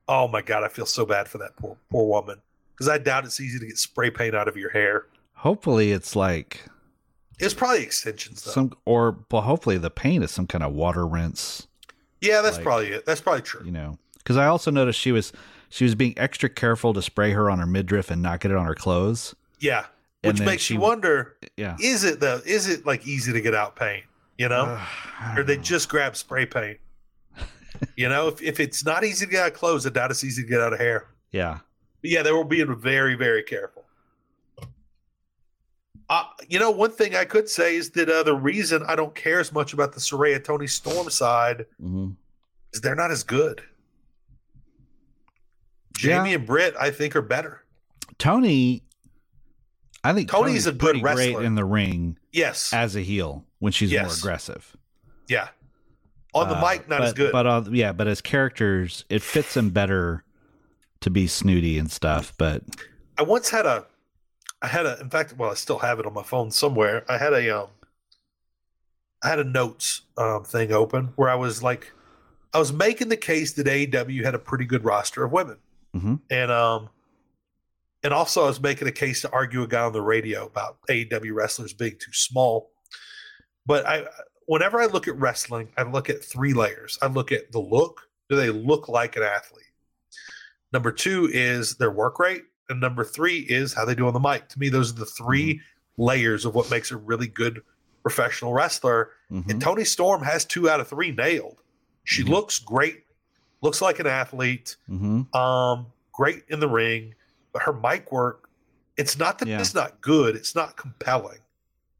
oh my god, I feel so bad for that poor poor woman because I doubt it's easy to get spray paint out of your hair.
hopefully it's like
It's probably extensions though.
some or well, hopefully the paint is some kind of water rinse.
yeah, that's
like-
probably it. That's probably true.
you know because i also noticed she was she was being extra careful to spray her on her midriff and not get it on her clothes
Yeah,
And
which
then
makes
she-
you wonder:
yeah
is it though? Is it like easy to get out paint? You know.
Ugh, I
or
don't
they
know.
just grab spray paint. you know, if, if it's not easy to get out of clothes, I doubt it's easy to get out of hair.
yeah
But yeah, they were being very, very careful. Uh, you know, one thing I could say is that uh, the reason I don't care as much about the Soraya Tony Storm side
Mhm.
is they're not as good.
Yeah.
Jamie and Britt, I think, are better.
tony i think
Tony's a good
pretty great
wrestler.
in the ring
Yes.
as a heel when she's more
Yes.
aggressive
yeah. On the
Uh,
mic, not
but,
as good.
but on, yeah but as characters it fits him better to be snooty and stuff but
I once had a, I had a. In fact, well, I still have it on my phone somewhere. I had a, um, I had a notes um, thing open where I was like, I was making the case that AEW had a pretty good roster of women,
Mhm.
and um, and also I was making a case to argue a guy on the radio about AEW wrestlers being too small. But I, whenever I look at wrestling, I look at three layers. I look at the look. Do they look like an athlete? Number two is their work rate. And number three is how they do on the mic. To me, those are the 3 layers of what makes a really good professional wrestler.
mhm.
And Tony Storm has two out of three nailed. She
Mhm.
looks great, looks like an athlete,
Mhm.
um, great in the ring, but her mic work, it's not that
Yeah.
it's not good, it's not compelling.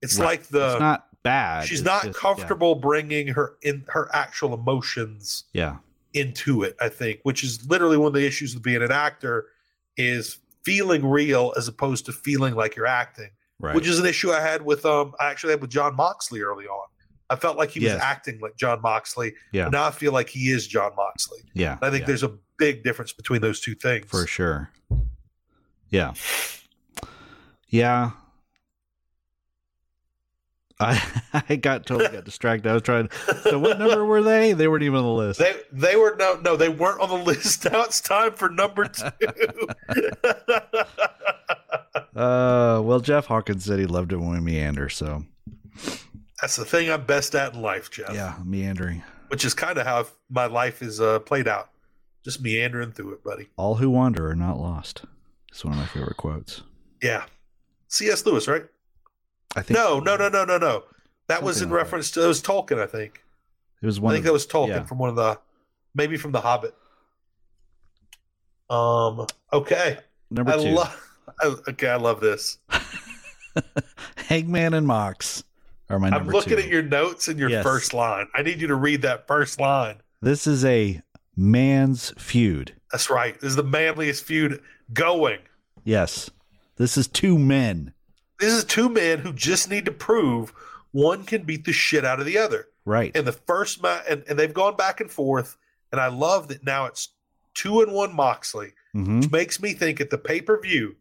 It's
Right.
like the
it's not bad
she's
it's
not
just- yeah.
comfortable bringing her in her actual emotions
yeah.
into it i think which is literally one of the issues with being an actor is feeling real as opposed to feeling like you're acting
right
which is an issue i had with um i actually had with john moxley early on i felt like he
Yes.
was acting like john moxley
Yeah.
now i feel like he is john moxley
yeah
i think
yeah.
there's a big difference between those two things
for sure. Yeah, yeah. I, I got totally got distracted. I was trying. So what number were they? They weren't even on the list.
They they were no no they weren't on the list. Now it's time for number two.
Uh, well, Jeff Hawkins said he loved it when we meander. So
That's the thing I'm best at in life, Jeff.
yeah, meandering.
Which is kind of how my life is uh, played out. Just meandering through it, buddy.
All who wander are not lost. It's one of my favorite quotes.
Yeah. C.S. Lewis, right?
I think
No, no, no, no, no, no. That was
Something
in
like that.
reference to it was Tolkien, I think.
It was one.
I think
of,
that was Tolkien
yeah.
from one of the maybe from The Hobbit. Um. Okay.
number
I
two.
love. Okay, I love this.
Hangman and Mox are my
I'm
number
looking
two.
at your notes and your
Yes.
first line. I need you to read that first line.
this is a man's feud.
That's right. This is the manliest feud going.
Yes, this is two men.
This is two men who just need to prove one can beat the shit out of the other.
Right.
And the first match, and, and they've gone back and forth. And I love that now it's two and one Moxley,
Mm-hmm.
which makes me think at the pay per view,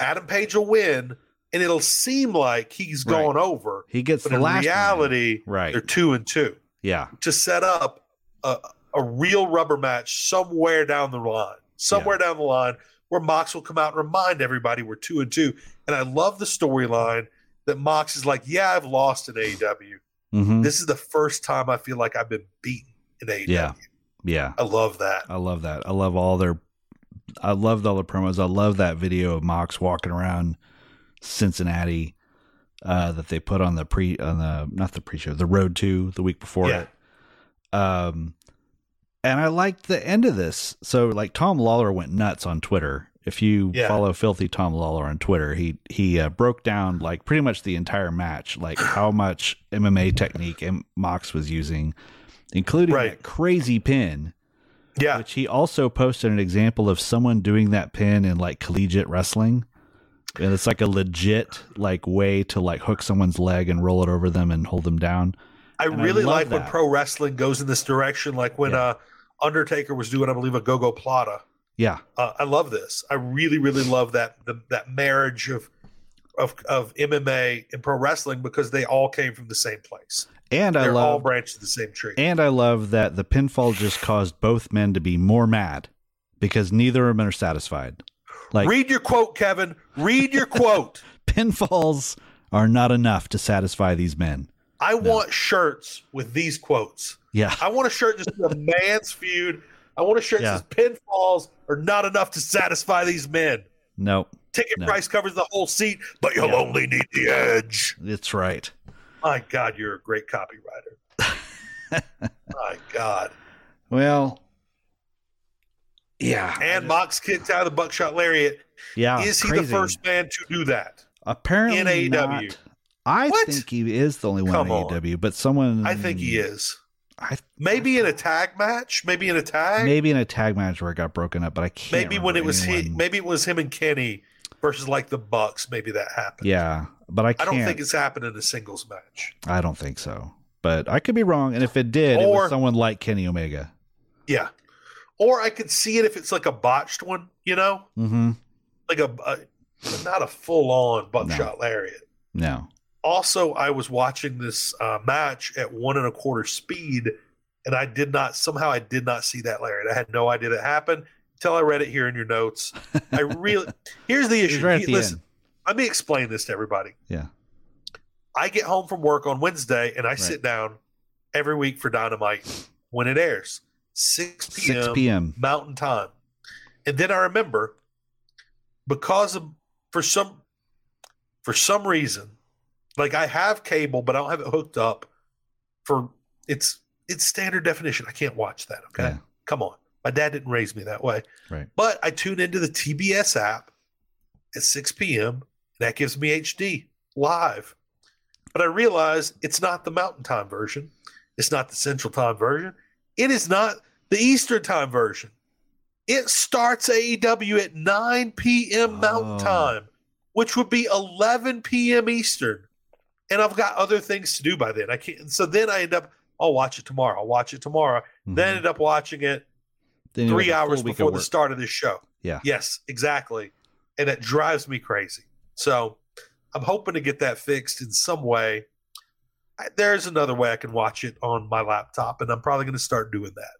Adam Page will win, and it'll seem like he's
Right.
gone over.
He gets
But
the
in
last one.
reality,
Right.
they're two and two.
Yeah.
to set up a, a real rubber match somewhere down the line, somewhere down the line where Mox will come out and remind everybody we're two and two. And I love the storyline that Mox is like, Yeah, I've lost in AEW.
Mm-hmm.
This is the first time I feel like I've been beaten in AEW.
Yeah. Yeah.
I love that.
I love that. I love all their. I loved all the promos. I love that video of Mox walking around Cincinnati uh, that they put on the pre on the not the pre show the road to the week before
Yeah.
it. Um, and I liked the end of this. So like Tom Lawler went nuts on Twitter. If you
Yeah.
follow Filthy Tom Lawler on Twitter, he he uh, broke down like pretty much the entire match, like how much MMA technique and Mox was using, including
Right.
that crazy pin
Yeah.
which he also posted an example of someone doing that pin in like collegiate wrestling and it's like a legit like way to like hook someone's leg and roll it over them and hold them down
I
and I
really
love
like when
that.
pro wrestling goes in this direction, like when
Yeah.
uh, Undertaker was doing, I believe, a go go plata.
yeah
uh, I love this. I really, really love that the, that marriage of of of MMA and pro wrestling because they all came from the same place.
and i
They're all
love
branches of the same tree.
and i love that the pinfall just caused both men to be more mad because neither of them are satisfied like
Read your quote, Kevin. Read your quote.
pinfalls are not enough to satisfy these men
I want shirts with these quotes.
yeah
I want a shirt just a man's feud. I want a shirt
Yeah.
that says pinfalls are not enough to satisfy these men.
no
Ticket
No.
price covers the whole seat, but you'll
Yeah.
only need the edge.
it's right
My God, you're a great copywriter. My God.
well yeah Ah, I
And
just-
Mox kicked out of the buckshot lariat.
yeah
is he the
crazy.
first man to do that?
Apparently
In AEW.
not. I
What?
think he is the only one
Come
in
on.
AEW, but someone
I think he
Mm.
is.
I
Maybe in a tag match. Maybe in a tag. Maybe,
maybe in a tag match where it got broken up, but I can't.
when
remember
it was he,
anyone.
maybe it was him and Kenny versus like the Bucks. Maybe that happened.
yeah, but I
I
can't.
don't think it's happened in a singles match.
I don't think so. But I could be wrong, and if it did, it
Or-
was someone like Kenny Omega.
Yeah, or I could see it if it's like a botched one. You know,
Mm-hmm.
like a, a not a full on buckshot lariat.
No.
also i was watching this uh, match at one and a quarter speed and i did not somehow i did not see that larry i had no idea that happened until i read it here in your notes i really here's the
It was
issue
right
He-
at the
listen
end.
let me explain this to everybody
Yeah.
i get home from work on wednesday and i sit down every week for dynamite when it airs 6 p.m,
Six p.m.
mountain time and then i remember because of for some for some reason like i have cable but i don't have it hooked up for it's it's standard definition i can't watch that okay
Yeah.
come on my dad didn't raise me that way
Right.
but i tune into the tbs app at 6 p.m and that gives me hd live but i realize it's not the mountain time version it's not the central time version it is not the eastern time version it starts aew at 9 p.m mountain
Oh.
time which would be 11 p.m. Eastern. And I've got other things to do by then. I can't. So then I end up, I'll watch it tomorrow. I'll watch it tomorrow. Then I
Mhm.
end up watching it
Then you
three
had a full
hours
week of
before the
work.
start of this show.
Yeah.
Yes, exactly. And it drives me crazy. So I'm hoping to get that fixed in some way. I, there's another way I can watch it on my laptop, and I'm probably going to start doing that.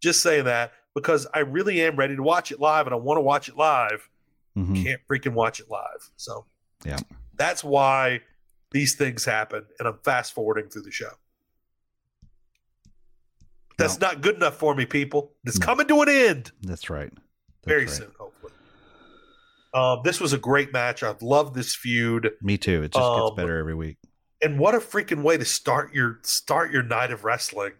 Just saying that because I really am ready to watch it live, and I want to watch it live.
Mhm.
Can't freaking watch it live. So
Yeah.
that's why these things happen, and I'm fast forwarding through the show. That's not good enough for me, people. It's
No.
coming to an end
That's right. That's
very
right.
soon, hopefully. Um, this was a great match. I've loved this feud.
Me too. It just
Um,
gets better every week.
and what a freaking way to start your start your night of wrestling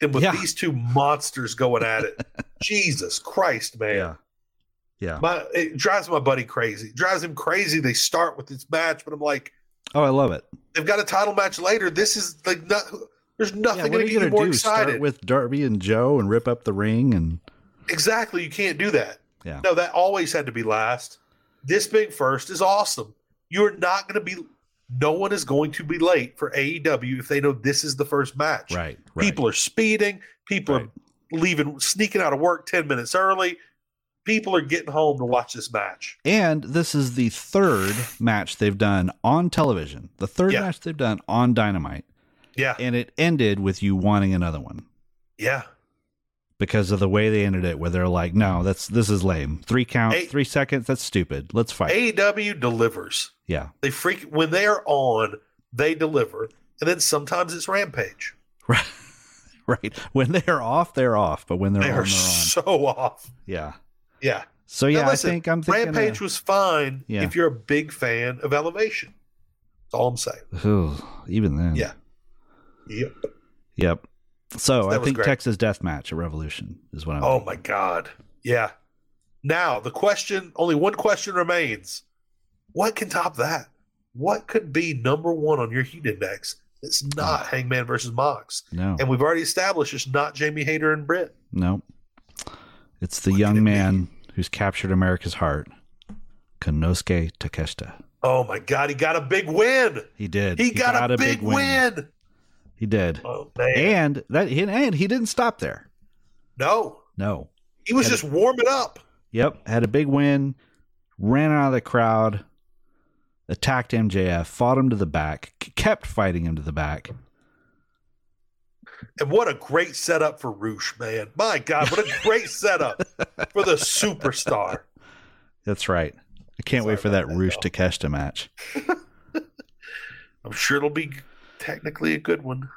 than with
Yeah.
these two monsters going at it jesus christ man
Yeah. Yeah.
my it drives my buddy crazy It drives him crazy they start with this match but i'm like
Oh, I love it.
they've got a title match later this is like not, there's nothing
Yeah, what
going
are
to
you
get you
going to
more
do? Start
excited
with Darby and Joe and rip up the ring and
exactly you can't do that
Yeah.
no that always had to be last this being first is awesome you're not going to be no one is going to be late for AEW if they know this is the first match.
right, right.
People are speeding. People
Right.
are leaving, sneaking out of work 10 minutes early. People are getting home to watch this match.
And this is the third match they've done on television. The third
Yeah.
match they've done on Dynamite,
Yeah.
and it ended with you wanting another one
Yeah.
because of the way they ended it, where they're like, "No, that's this is lame. Three counts,
Eight-
three seconds. That's stupid. Let's fight."
AEW E delivers.
Yeah,
They freak when they are on, they deliver. And then sometimes it's Rampage.
right, right. When they're off, they're off. But when they're
They
on,
are
they're on.
so off.
Yeah.
Yeah.
So
Now
yeah,
listen,
I think I'm thinking. uh,
Rampage was fine
Yeah.
if you're a big fan of Elevation. That's all I'm saying.
uh, ugh, even then.
Yeah. Yep.
Yep. So
That
I
was
think
great.
Texas Death Match at Revolution is what I'm.
Oh
thinking.
my god. Yeah. Now the question only one question remains. What can top that? What could be number one on your heat index? It's
Oh.
not Hangman versus Mox.
No.
And we've already established it's not Jamie Hayter and Britt.
No. It's the
What could it
young
be?
man who's captured America's heart, Konosuke Takeshita.
Oh my god, he got a big win.
He did.
He, got, a, big, win.
He did.
Oh man.
And that and he didn't stop there.
no.
No.
He was
And-
just warming up.
Yep, had a big win, ran out of the crowd, attacked MJF, fought him to the back, k- kept fighting him to the back.
And what a great setup for Roosh, man. My God, what a great setup for the superstar.
That's right. I can't
Sorry
wait for
about
that
that,
Roosh
y'all.
Takeshita match.
I'm sure it'll be technically a good one.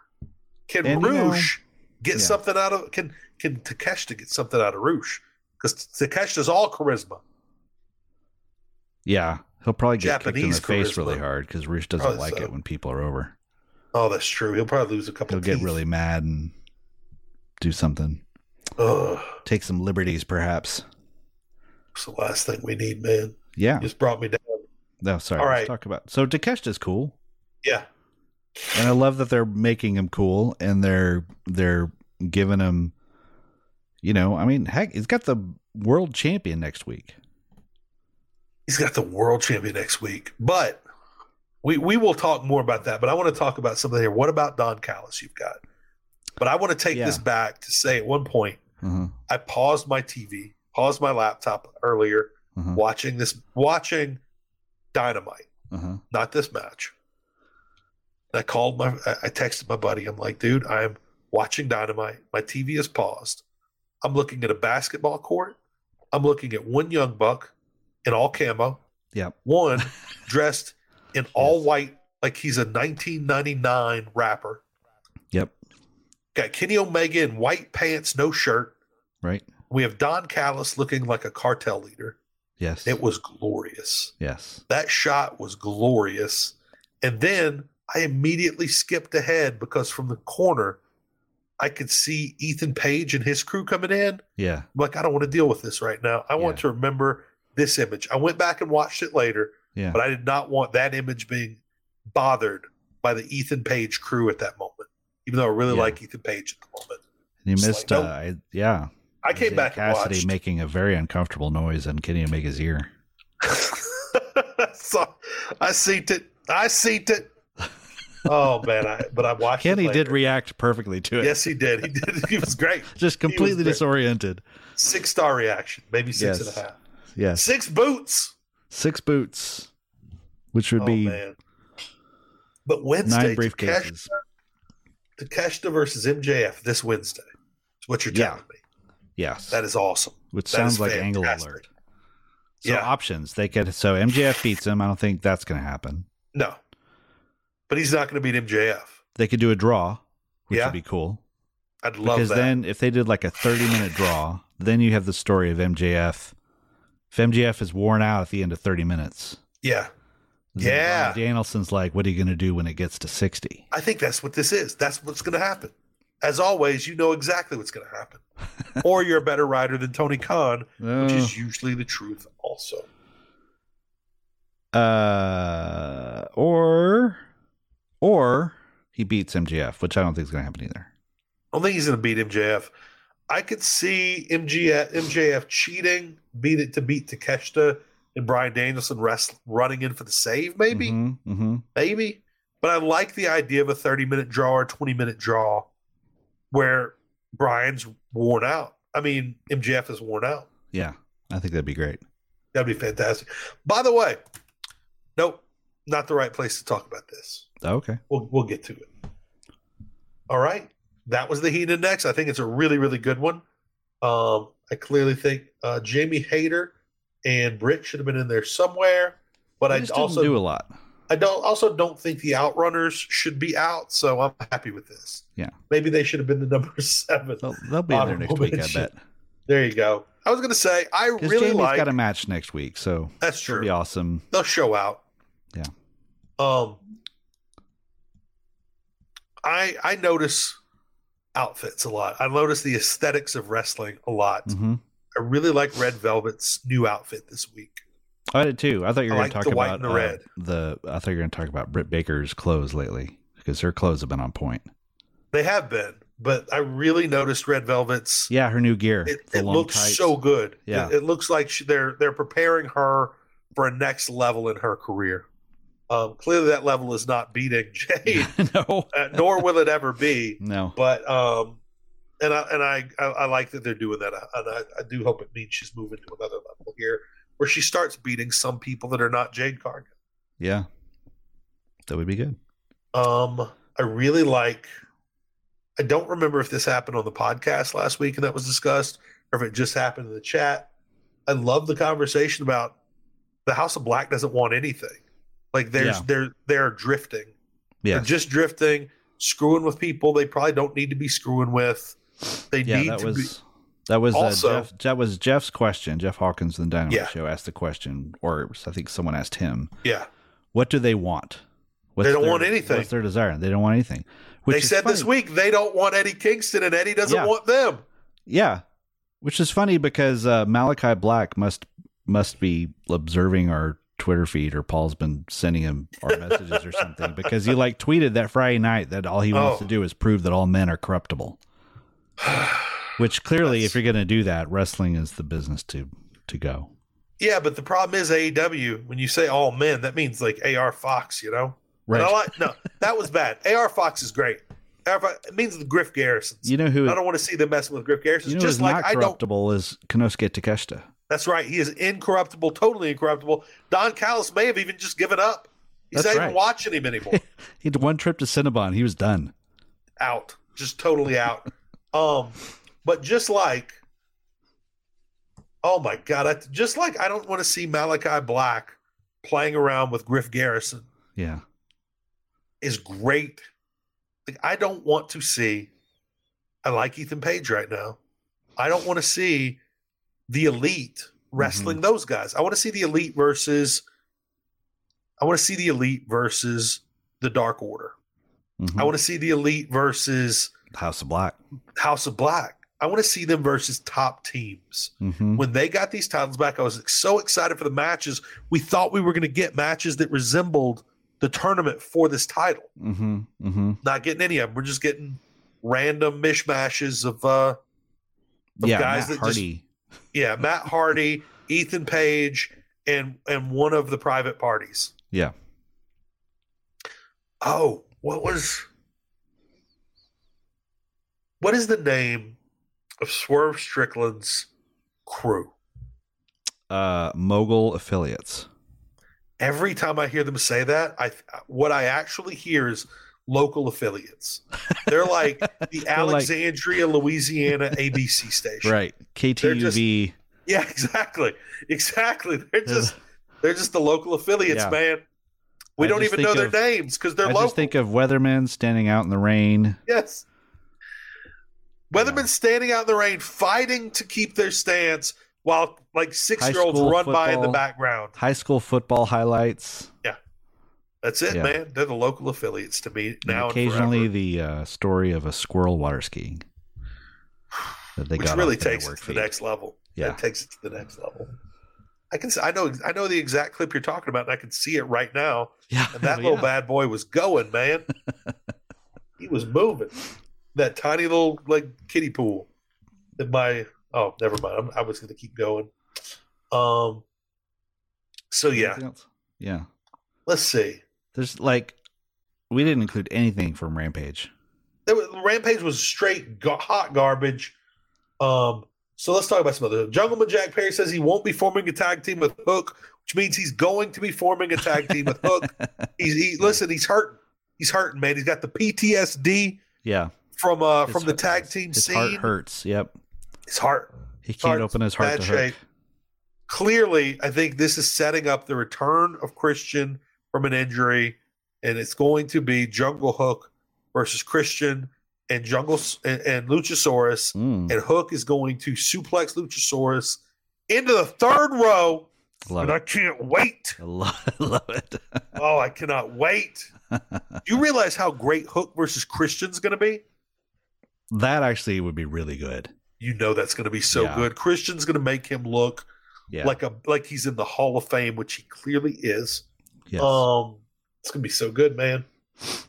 Can
And, you know-
Roosh get
yeah.
something out of can can Takeshita get something out of Roosh? Because Takeshita's all charisma.
Yeah, he'll probably get
Japanese
kicked in the face
charisma.
really hard because Roosh doesn't
Probably
like
so.
it when people are over.
Oh, that's true. He'll probably lose a couple.
He'll get
teeth.
really mad and do something.
Ugh,
Take some liberties, perhaps.
it's the last thing we need, man.
Yeah.
Just brought me down.
No, sorry.
All
let's
right.
talk about. So Takeshita's cool,
Yeah,
and I love that they're making him cool, and they're they're giving him. You know, I mean, heck, he's got the world champion next week.
he's got the world champion next week, but. We, we will talk more about that, but I want to talk about something here. What about Don Callis you've got? But I want to take
Yeah.
this back to say at one point,
Uh-huh,
I paused my TV, paused my laptop earlier,
uh-huh,
watching this watching dynamite
uh-huh.
not this match and i called my i I texted my buddy i'm like dude i'm watching dynamite my tv is paused i'm looking at a basketball court i'm looking at one young buck in all camo
Yep.
one dressed in all
Yes.
white like he's a 1999 rapper
Yep.
got kenny omega in white pants no shirt
Right.
we have don callis looking like a cartel leader
Yes.
it was glorious
yes.
That shot was glorious. And then I immediately skipped ahead because from the corner, I could see Ethan Page and his crew coming in. I'm
Yeah.
like, I don't want to deal with this right now. I want
Yeah.
to remember this image. I went back and watched it later,
Yeah.
but I did not want that image being bothered by the Ethan Page crew at that moment, even though I really
Yeah.
like Ethan Page at the moment.
And you
It's
missed.
like,
uh,
nope.
I, yeah.
I came
Isaiah
back and
Cassidy
watched.
making a very uncomfortable noise in Kenny Omega's ear.
so I seeked it. I seeked it. Oh man, I but I watched. it
Kenny
later.
did react perfectly to it.
Yes, he did. He did. He was great.
Just completely
great.
disoriented.
Six star reaction, maybe six and a
Yes.
half.
Yes.
Six boots.
Six boots, which would
oh
be
man. But Wednesday,
nine
Takeshita
briefcases.
Takeshita versus MJF this Wednesday. That's what you're telling me.
Yes.
That is awesome.
which
that
sounds
is
like angle
fantastic.
alert. So
Yeah.
options. They could so MJF beats him. I don't think that's gonna happen.
No, but he's not going to beat MJF.
They could do a draw, which
Yeah.
would be cool.
I'd love
because
that.
then if they did like a 30 minute draw, then you have the story of MJF. If MJF is worn out at the end of 30 minutes,
yeah,
then
Yeah.
Brian Danielson's like, what are you going to do when it gets to 60?
I think that's what this is. That's what's going to happen. As always, you know exactly what's going to happen. or you're a better writer than Tony Khan, which is usually the truth. Also,
Uh, or, or he beats MJF, which I don't think is going to happen either.
I don't think he's going to beat MJF. I could see MJF, MJF cheating, beat it to beat Takeshita and Brian Danielson rest, running in for the save, maybe.
Mhm, mhm.
maybe. But I like the idea of a 30 minute draw or 20 minute draw where Brian's worn out. I mean, MJF is worn out.
Yeah. I think that'd be great.
That'd be fantastic. By the way, nope, not the right place to talk about this.
Okay.
We'll, we'll get to it. All right. That was the Heat Index. I think it's a really, really good one. Um, I clearly think uh, Jamie Hayter and Britt should have been in there somewhere. But
They
I
just didn't
also
do a lot.
I don't also don't think the outrunners should be out, so I'm happy with this.
Yeah.
Maybe they should have been the number seven.
They'll, they'll be in there
Honorable
next week, I
mention.
bet.
There you go. I was gonna say I
Because
really
Jamie's
like
got a match next week, so
that's
it'll
true.
be awesome.
They'll show out.
Yeah.
Um I I notice outfits a lot. I notice the aesthetics of wrestling a lot.
hmm
I really like Red Velvet's new outfit this week.
Oh, I did too. I thought you were
I like
going to talk
the white
about
and the
uh,
red.
the. I thought you were going to talk about Britt Baker's clothes lately because her clothes have been on point.
They have been, but I really noticed Red Velvet's
Yeah, her new gear.
it,
the
it
long
looks
tights.
so good.
Yeah.
It, it looks like she, they're they're preparing her for a next level in her career. Um, clearly, that level is not beating Jade,
no,
uh, nor will it ever be.
no.
But um, and I and I, I I like that they're doing that, and I, I do hope it means she's moving to another level here, where she starts beating some people that are not Jade Cargill.
Yeah, that would be good.
Um, I really like. I don't remember if this happened on the podcast last week and that was discussed, or if it just happened in the chat. I love the conversation about the House of Black doesn't want anything. Like there's
Yeah.
they're they're drifting.
Yeah,
They're just drifting, screwing with people they probably don't need to be screwing with. They
yeah.
need
That
to
was
be
that was uh,
Also-
Jeff, that was Jeff's question. Jeff Hawkins in the Dynamite
Yeah.
Show asked the question, or I think someone asked him,
yeah.
"What do they want?" What's
don't want anything.
What's their desire? They don't want anything. Which
They
is
said this
funny.
week they don't want Eddie Kingston and Eddie doesn't
Yeah.
want them.
Yeah, which is funny because uh, Malachi Black must must be observing our Twitter feed, or Paul's been sending him our messages or something because he like tweeted that Friday night that all he wants
Oh.
to do is prove that all men are corruptible. Which clearly,
Yes.
if you're going to do that, wrestling is the business to to go.
Yeah, but the problem is AEW, when you say all men, that means like AR Fox, you know? And I like, no, that was bad. AR Fox is great. AR Fox, it means the Griff Garrisons.
You know who?
I don't want to see them messing with Griff Garrison.
You know who's
just like
not
I don't.
corruptible is Konosuke Takeshita.
That's right. He is incorruptible, totally incorruptible. Don Callis may have even just given up. He's
That's
not
right.
even watching him anymore.
He had one trip to Cinnabon. He was done.
out, just totally out. um, but just like, oh my god, I, just like I don't want to see Malachi Black playing around with Griff Garrison.
Yeah.
is great. Like, I don't want to see. I like Ethan Page right now. I don't want to see the elite wrestling those guys. I want to see the elite versus. I want to see the elite versus the Dark Order.
Mhm.
I want to see the elite versus
House of Black.
House of Black. I want to see them versus top teams.
hmm
When they got these titles back, I was so excited for the matches. We thought we were going to get matches that resembled the tournament for this title
hmm hmm
not getting any of them. We're just getting random mishmashes of uh Of
Yeah.
guys
Matt
that just-
Hardy.
yeah, Matt Hardy, Ethan Page, and and one of the private parties.
Yeah.
Oh, what was what is the name of Swerve Strickland's crew?
uh, mogul affiliates.
Every time I hear them say that, I what I actually hear is local affiliates. They're like the Alexandria, Louisiana ABC station.
Right. KTUV.
Yeah, exactly. Exactly. They're just they're just the local affiliates,
Yeah.
man. We
I
don't
just
even know
think
their
of-
names because they're
I
local.
just think of weathermen standing out in the rain.
Yes. Weathermen standing out in the rain, fighting to keep their stance while like six year olds
school
run by in the
football.
background.
High school football highlights.
That's it,
Yeah.
man. They're the local affiliates to me
and
now.
occasionally
and forever,
the uh, story of a squirrel water skiing. That they
which
got
really
off their
takes it
work
to the
feed.
next level.
Yeah.
it takes it to the next level. I can, s- I know, I know the exact clip you're talking about, and I can see it right now.
Yeah.
And that
yeah.
little bad boy was going, man. he was moving. That tiny little like kiddie pool that my oh, never mind. I'm, I was going to keep going. Um. So yeah,
Anything else? Yeah.
let's see.
There's like we didn't include anything from Rampage.
There was, Rampage was straight ga- hot garbage. Um. So let's talk about some other Jungleman Jack Perry says he won't be forming a tag team with Hook, which means he's going to be forming a tag team with Hook. He's he, listen. He's hurting. He's hurting, man. He's got the PTSD.
yeah.
from uh
His
from the
heart-
tag team
His
scene.
heart hurts. Yep.
His heart.
He can't
heart's
open his heart
bad
to hook.
shape. Clearly, I think this is setting up the return of Christian from an injury, and it's going to be Jungle Hook versus Christian and Jungle S- and, and Luchasaurus,
Mm,
and Hook is going to suplex Luchasaurus into the third row.
love
and I
it.
can't wait.
I love, love it.
Oh, I cannot wait. Do you realize how great Hook versus Christian's going to be?
that actually would be really good.
You know that's going to be so
Yeah.
good. Christian's going to make him look
Yeah.
like a like he's in the Hall of Fame, which he clearly is.
yes.
Um, it's gonna be so good, man.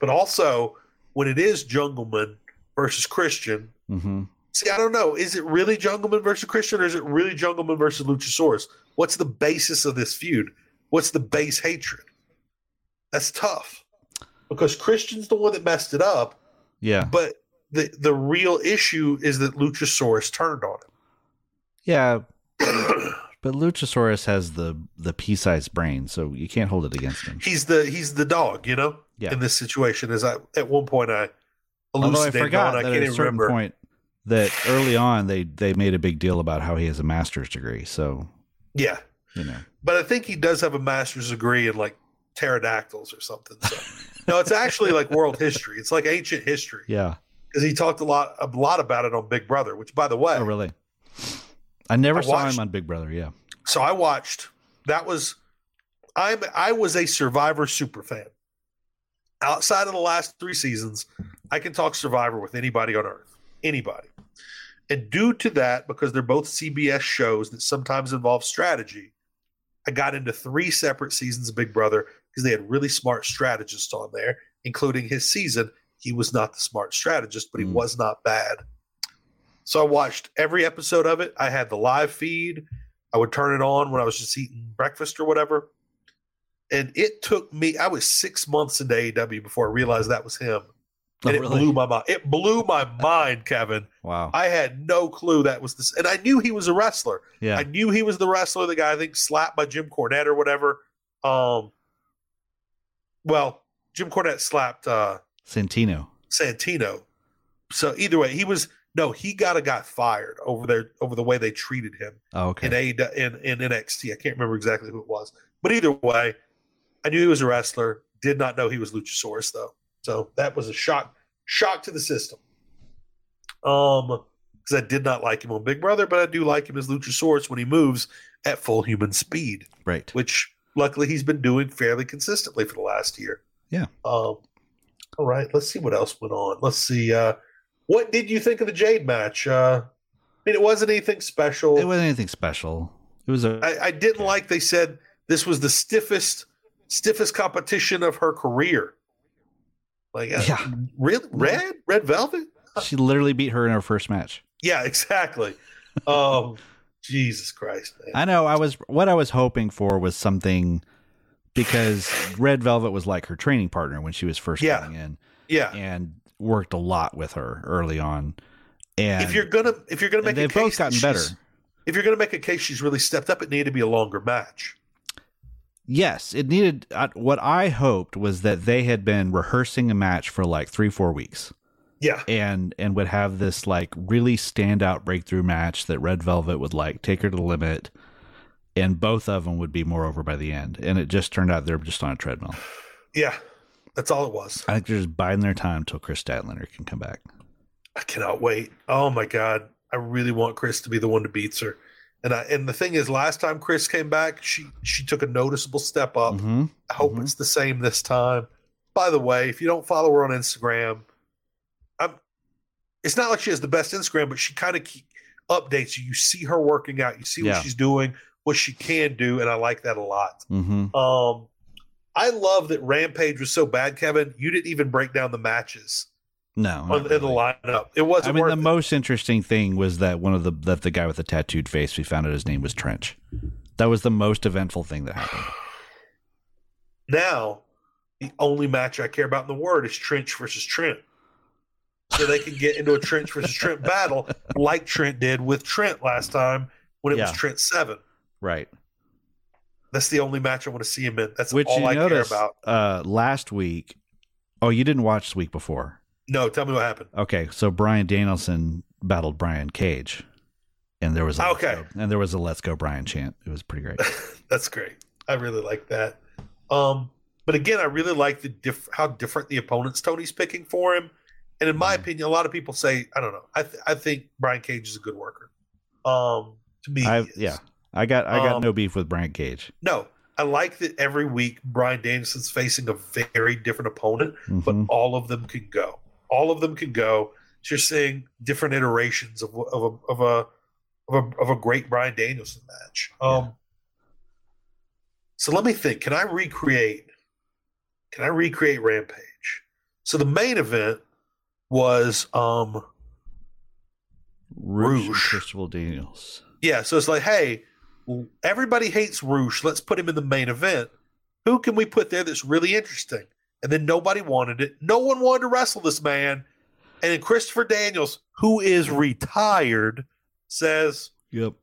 But also, when it is Jungleman versus Christian,
hmm
see, I don't know, is it really Jungleman versus Christian, or is it really Jungleman versus Luchasaurus? What's the basis of this feud? What's the base hatred? That's tough because Christian's the one that messed it up,
Yeah.
but the the real issue is that Luchasaurus turned on
Yeah.
him.
But Luchasaurus has the the pea-sized brain, so you can't hold it against him.
he's the he's the dog, you know,
Yeah.
in this situation. As I at one point I
Although I
elucidated
forgot
on, I
that
can't
at a
even
certain
remember.
point that early on they they made a big deal about how he has a master's degree. So
Yeah,
you know,
but I think he does have a master's degree in like pterodactyls or something. So. no, it's actually like world history. It's like ancient history
yeah.
because he talked a lot a lot about it on Big Brother. Which, by the way,
Oh, really? I never
I
saw
watched-
him on Big Brother. Yeah.
so I watched. That was I'm I was a Survivor super fan. Outside of the last three seasons, I can talk Survivor with anybody on earth, anybody. And due to that, because they're both CBS shows that sometimes involve strategy, I got into three separate seasons of Big Brother because they had really smart strategists on there, including his season. He was not the smart strategist, but he
Mm.
was not bad. So I watched every episode of it. I had the live feed. I would turn it on when I was just eating breakfast or whatever. And it took me, I was six months into AEW before I realized that was him.
Oh,
And it
really?
blew my mind. It blew my mind, Kevin.
Wow.
I had no clue that was this. And I knew he was a wrestler.
yeah.
I knew he was the wrestler, the guy I think slapped by Jim Cornette or whatever. Um, well, Jim Cornette slapped uh,
Santino.
Santino. So either way, he was no, he got a guy fired over their over the way they treated him
Oh, okay.
in a in, in NXT. I can't remember exactly who it was, but either way, I knew he was a wrestler. Did not know he was Luchasaurus though, so that was a shock shock to the system. Um, because I did not like him on Big Brother, but I do like him as Luchasaurus when he moves at full human speed,
right.
which luckily he's been doing fairly consistently for the last year.
Yeah.
Um. All right. Let's see what else went on. Let's see. Uh, what did you think of the Jade match? Uh, I mean, it wasn't anything special.
It wasn't anything special. It was a
I, I didn't
Okay.
like they said this was the stiffest stiffest competition of her career. Like uh,
Yeah.
really red red velvet?
she literally beat her in her first match.
Yeah, exactly. um, Jesus Christ, man.
I know. I was what I was hoping for was something because Red Velvet was like her training partner when she was first
Yeah.
coming in
yeah.
and worked a lot with her early on. And
If you're gonna if you're gonna
and
make a
they've
case
both
that
gotten
she's-
better.
If you're gonna make a case she's really stepped up, it needed to be a longer match.
Yes, it needed. Uh, what I hoped was that they had been rehearsing a match for like three, four weeks,
Yeah.
and and would have this like really standout breakthrough match that Red Velvet would like take her to the limit, and both of them would be more over by the end. And it just turned out they're just on a treadmill.
Yeah. That's all it was.
I think they're just biding their time till Chris Statlander can come back.
I cannot wait. Oh my god, I really want Chris to be the one to beats her. And I and the thing is, last time Chris came back, she she took a noticeable step up.
Mm-hmm.
I hope
mhm.
it's the same this time. By the way, if you don't follow her on Instagram, I'm. It's not like she has the best Instagram, but she kind of updates you. You see her working out. You see
Yeah.
what she's doing, what she can do, and I like that a lot.
Mm-hmm.
Um, I love that Rampage was so bad, Kevin. You didn't even break down the matches
No,
on,
not
in the
really.
lineup. It wasn't.
I mean,
worth
the
it.
most interesting thing was that one of the that the guy with the tattooed face we found out his name was Trench. That was the most eventful thing that happened.
Now, the only match I care about in the world is Trench versus Trent. So they can get into a Trench versus Trent battle like Trent did with Trent last time when it was
Yeah.
Trent 7.
Right.
That's the only match I want to see him in. That's
Which
all
you
I
noticed
care about.
Uh, last week. Oh, you didn't watch the week before.
No, tell me what happened.
Okay, so Brian Danielson battled Brian Cage, and there was a Let's
Okay.
Go- and there was a "Let's Go Brian" chant. It was pretty great.
That's great. I really like that. Um, but again, I really like the diff- how different the opponents Tony's picking for him. And in my
Mhm.
opinion, a lot of people say I don't know. I th- I think Brian Cage is a good worker. Um, to me, he
I
is.
yeah, I got I got
Um,
no beef with Brian Cage.
No, I like that every week Brian Danielson's facing a very different opponent, but
Mhm.
all of them can go. All of them can go. So you're seeing different iterations of of a of a of a, of a great Brian Danielson match. Um,
Yeah.
So let me think. Can I recreate? Can I recreate Rampage? So the main event was um
Rouge, and
Rouge.
Christopher Daniels.
yeah. So it's like, hey, everybody hates Roosh. Let's put him in the main event. Who can we put there that's really interesting? And then nobody wanted it. No one wanted to wrestle this man. And then Christopher Daniels, who is retired, says,
Yep.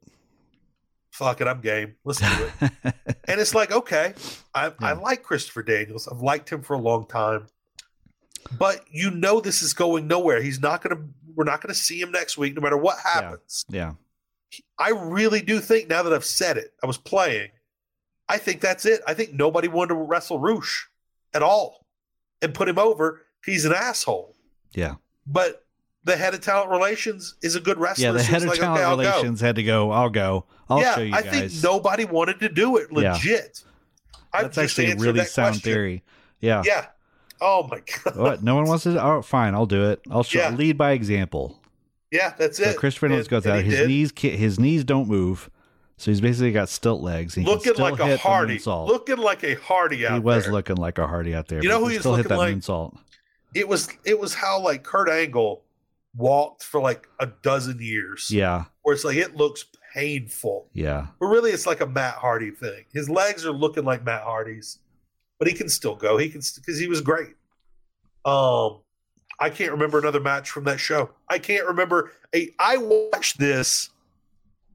"Fuck it, I'm game. Let's do it." and it's like, okay, I, I
Yeah.
like Christopher Daniels. I've liked him for a long time, but you know this is going nowhere. He's not gonna. We're not gonna see him next week, no matter what happens.
yeah.
I really do think now that I've said it, I was playing. I think that's it. I think nobody wanted to wrestle Roosh at all and put him over. He's an asshole.
Yeah.
But the head of talent relations is a good wrestler.
Yeah, the
so
head
it's
of
like,
talent
okay, I'll go.
relations had to go. I'll go. I'll
yeah,
show you
I
guys.
think nobody wanted to do it
Yeah.
legit. I've
That's
just
actually a
answered
really
that
sound
question.
theory. Yeah.
Yeah. Oh my god.
What? No one wants to. Oh, fine. I'll do it. I'll show,
Yeah.
lead by example.
Yeah, that's
So
it.
Christopher Daniels
And-
goes
and
out.
he
His
did.
knees. ki- His knees don't move. So he's basically got stilt legs. and he can
looking
still
like
hit
a
the
Hardy,
moonsault.
looking like a Hardy out
he was
there.
looking like a Hardy out there.
You
but
know
he
who
can
he was
still
looking
hit that
like?
moonsault.
it was it was how like Kurt Angle walked for like a dozen years.
Yeah.
Where it's like it looks painful.
Yeah.
But really it's like a Matt Hardy thing. His legs are looking like Matt Hardy's, but he can still go. He can because he was great. Um I can't remember another match from that show. I can't remember a I watched this.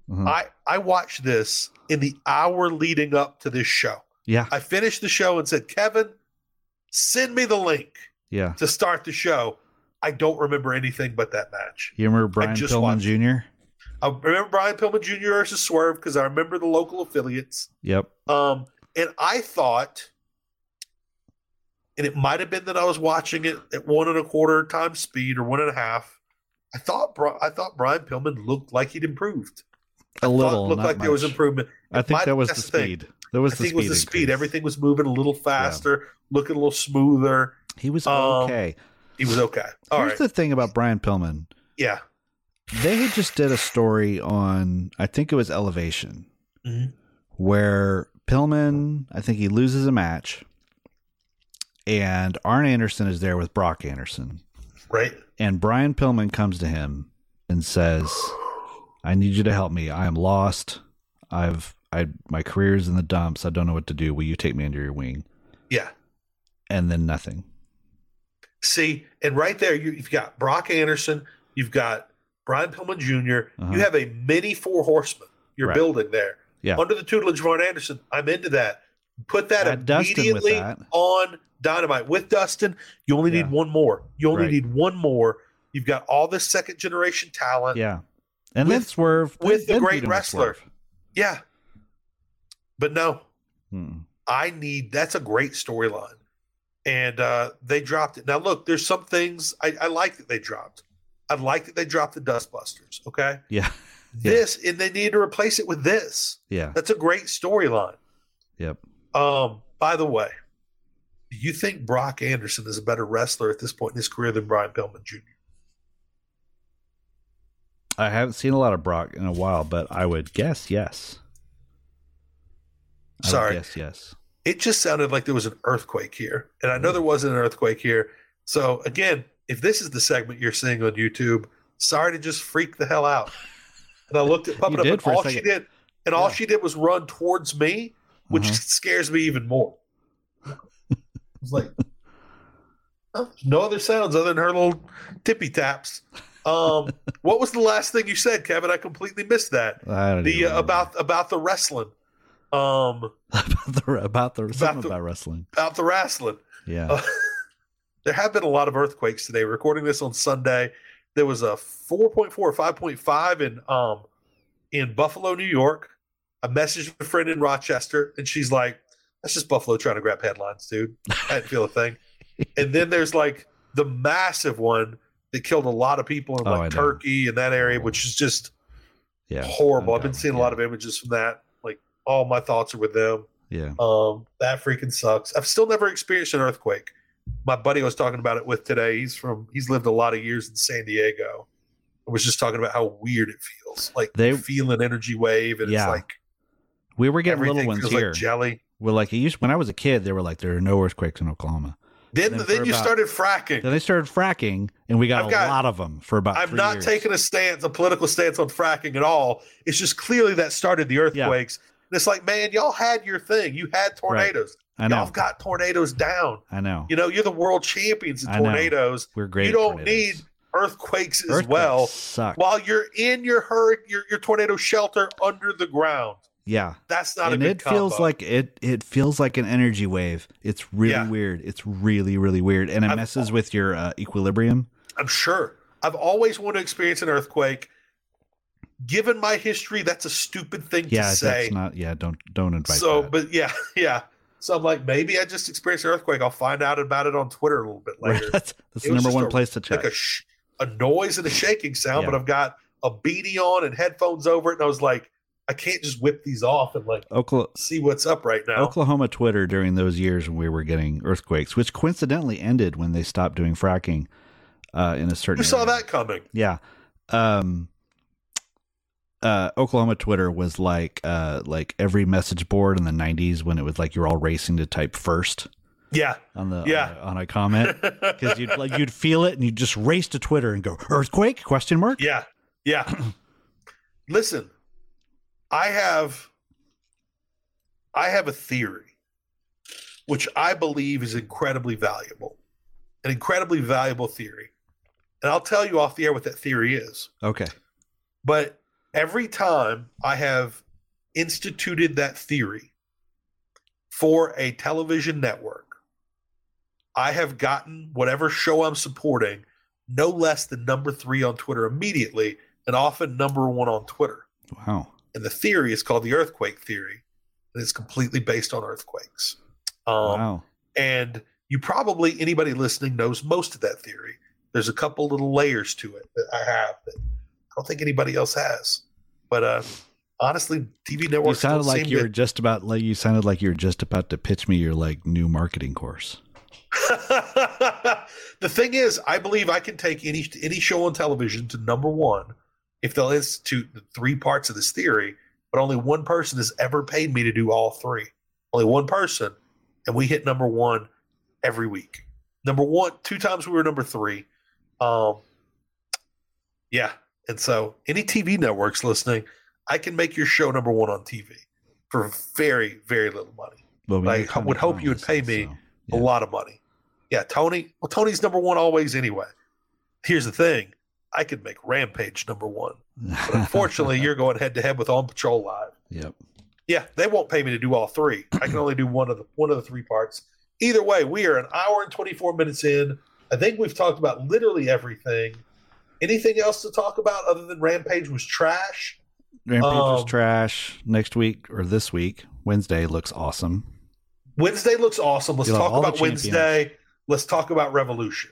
Mhm.
I I watched this in the hour leading up to this show.
yeah.
I finished the show and said, "Kevin, send me the link."
Yeah.
to start the show. I don't remember anything but that match.
You remember Brian
just
Pillman
watched-
Jr.?
I remember Brian Pillman Jr. versus Swerve because I remember the local affiliates.
Yep.
Um, and I thought, and it might have been that I was watching it at one and a quarter times speed or one and a half. I thought Bri- I thought Brian Pillman looked like he'd improved.
A little.
thought, looked
not
like there was
much.
improvement.
I think
my-
that was the
that's the thing.
speed. That was
I
the
think it
speed.
was the speed.
increase.
Everything was moving a little faster, looking a little smoother.
He was
Um,
okay.
He was okay. All right.
Here's the thing about Brian Pillman.
yeah.
They had just did a story on, I think it was Elevation,
Mhm.
where Pillman, I think he loses a match, and Arn Anderson is there with Brock Anderson,
Right.
and Brian Pillman comes to him and says, "I need you to help me. I am lost. I've I my career's in the dumps. I don't know what to do. Will you take me under your wing?"
Yeah.
And then nothing.
See, and right there, you, you've got Brock Anderson, you've got Brian Pillman junior
Uh-huh.
You have a mini four horseman you're
Right.
building there.
Yeah.
Under the tutelage of Ron Anderson, I'm into that. Put that
Add Dustin with
immediately
that.
on Dynamite with Dustin. You only
Yeah.
need one more. You only
Right.
need one more. You've got all this second generation talent.
Yeah. And
Uh, With-
then Swerve
with the
then
great
Freedom of
wrestler.
Swerve.
Yeah. But no,
Mm.
I need that's a great storyline. And uh, they dropped it. Now look, there's some things I, I like that they dropped. I like that they dropped the Dustbusters. Okay.
Yeah. Yeah.
This and they needed to replace it with this.
Yeah.
That's a great storyline.
Yep.
Um, by the way, do you think Brock Anderson is a better wrestler at this point in his career than Brian Pillman Jr.?
I haven't seen a lot of Brock in a while, but I would guess yes. I would
Sorry.
guess yes.
It just sounded like there was an earthquake here. And I know
Hmm.
there wasn't an earthquake here. So again, if this is the segment you're seeing on YouTube, sorry to just freak the hell out. And I looked at Puppet
You
Up
did
and
for a
all she
second.
did and all
Yeah.
she did was run towards me, which
Uh-huh.
scares me even more. I was like, "Oh, there's no other sounds other than her little tippy taps. Um, what was the last thing you said, Kevin? I completely missed that.
I don't
The
even
uh, about about the wrestling, um,
remember. about the about the something
the-
about wrestling.
about the wrestling.
Yeah.
Uh, there have been a lot of earthquakes today. Recording this on Sunday, there was a 4.4 or 5.5 in um in Buffalo, New York. I messaged a friend in Rochester, and she's like, "That's just Buffalo trying to grab headlines, dude. I didn't feel a thing." and then there's like the massive one that killed a lot of people in
Oh, I know.
like Turkey and that area, which is just
yeah.
horrible. I've been
Okay.
seeing a
Yeah.
lot of images from that. Like all my thoughts are with them.
Yeah.
Um, that freaking sucks. I've still never experienced an earthquake. My buddy was talking about it with today. He's from he's lived a lot of years in San Diego. I was just talking about how weird it feels. Like
They-
they feel an energy wave and
Yeah.
it's like
We were getting
everything
little ones
feels
here.
like jelly.
we're like it used when I was a kid, they were like there are no earthquakes in Oklahoma.
Then
And
then,
then for
you
about-
started fracking.
Then they started fracking, and we got
I've
a
got-
lot of them for about.
I'm
three
not
years.
taking a stance, a political stance on fracking at all. It's just clearly that started the earthquakes. And it's like, man, y'all had your thing. You had tornadoes.
I
Y'all
know.
got tornadoes down.
I know.
You know, you're the world champions in
I know.
tornadoes,
We're great.
you
at
don't
tornadoes.
need earthquakes as
Earthquakes
well.
Suck.
While you're in your hurricane, your, your tornado shelter under the ground.
yeah,
That's not
and
a good
it feels
combo.
like it. It feels like an energy wave. It's really
Yeah.
weird. It's really really weird, and it
I've-
messes with your uh, equilibrium.
I'm sure. I've always wanted to experience an earthquake. Given my history, that's a stupid thing
Yeah,
to say.
that's not. Yeah, don't don't invite.
so
that.
but yeah yeah so i'm like maybe i just experienced an earthquake i'll find out about it on twitter a little bit
Right,
later
that's that's
It
the
was
number
just
one
a-
place to check.
like a sh- a noise and a shaking sound but
Yeah.
i've got a beanie on and headphones over it and i was like i can't just whip these off and like
Oklahoma,
see what's up right now
Oklahoma Twitter during those years when we were getting earthquakes, which coincidentally ended when they stopped doing fracking uh, in a certain.
who saw
area.
that coming
Yeah. Um uh Oklahoma Twitter was like uh like every message board in the 90s when it was like you're all racing to type first
yeah
on the uh,
Yeah.
on, a, on a comment cuz you'd like you'd feel it and you'd just race to Twitter and go earthquake question mark.
yeah yeah listen i have i have a theory which i believe is incredibly valuable an incredibly valuable theory and i'll tell you off the air what that theory is
Okay.
but every time i have instituted that theory for a television network i have gotten whatever show i'm supporting no less than number three on twitter immediately and often number one on twitter
Wow.
and the theory is called the earthquake theory and it's completely based on earthquakes um,
wow.
and you probably anybody listening knows most of that theory there's a couple little layers to it that i have that i don't think anybody else has but uh honestly tv
You
networks
sounded
don't
like
seem
you
to-
were just about like you sounded like you were just about to pitch me your like new marketing course.
the thing is, I believe I can take any any show on television to number one if they'll institute the three parts of this theory. But only one person has ever paid me to do all three. Only one person, and we hit number one every week. Number one, two times we were number three. Um, yeah, and so any TV networks listening, I can make your show number one on TV for very very little money.
Well, we
Like,
need
I
time
would
to
hope you would
finalize it,
pay me
so,
a
yeah.
lot of money. Yeah, Tony. Well, Tony's number one always anyway. Here's the thing: I could make Rampage number one, but unfortunately, you're going head to head with On Patrol Live.
yep.
Yeah, they won't pay me to do all three. I can only do one of the one of the three parts. Either way, we are an hour and twenty four minutes in. I think we've talked about literally everything. Anything else to talk about other than Rampage was trash?
Rampage was
Um,
trash. Next week or this week, Wednesday looks awesome.
Wednesday looks awesome. Let's
You'll have
talk
all the
about
champions.
Wednesday. Let's talk about Revolution.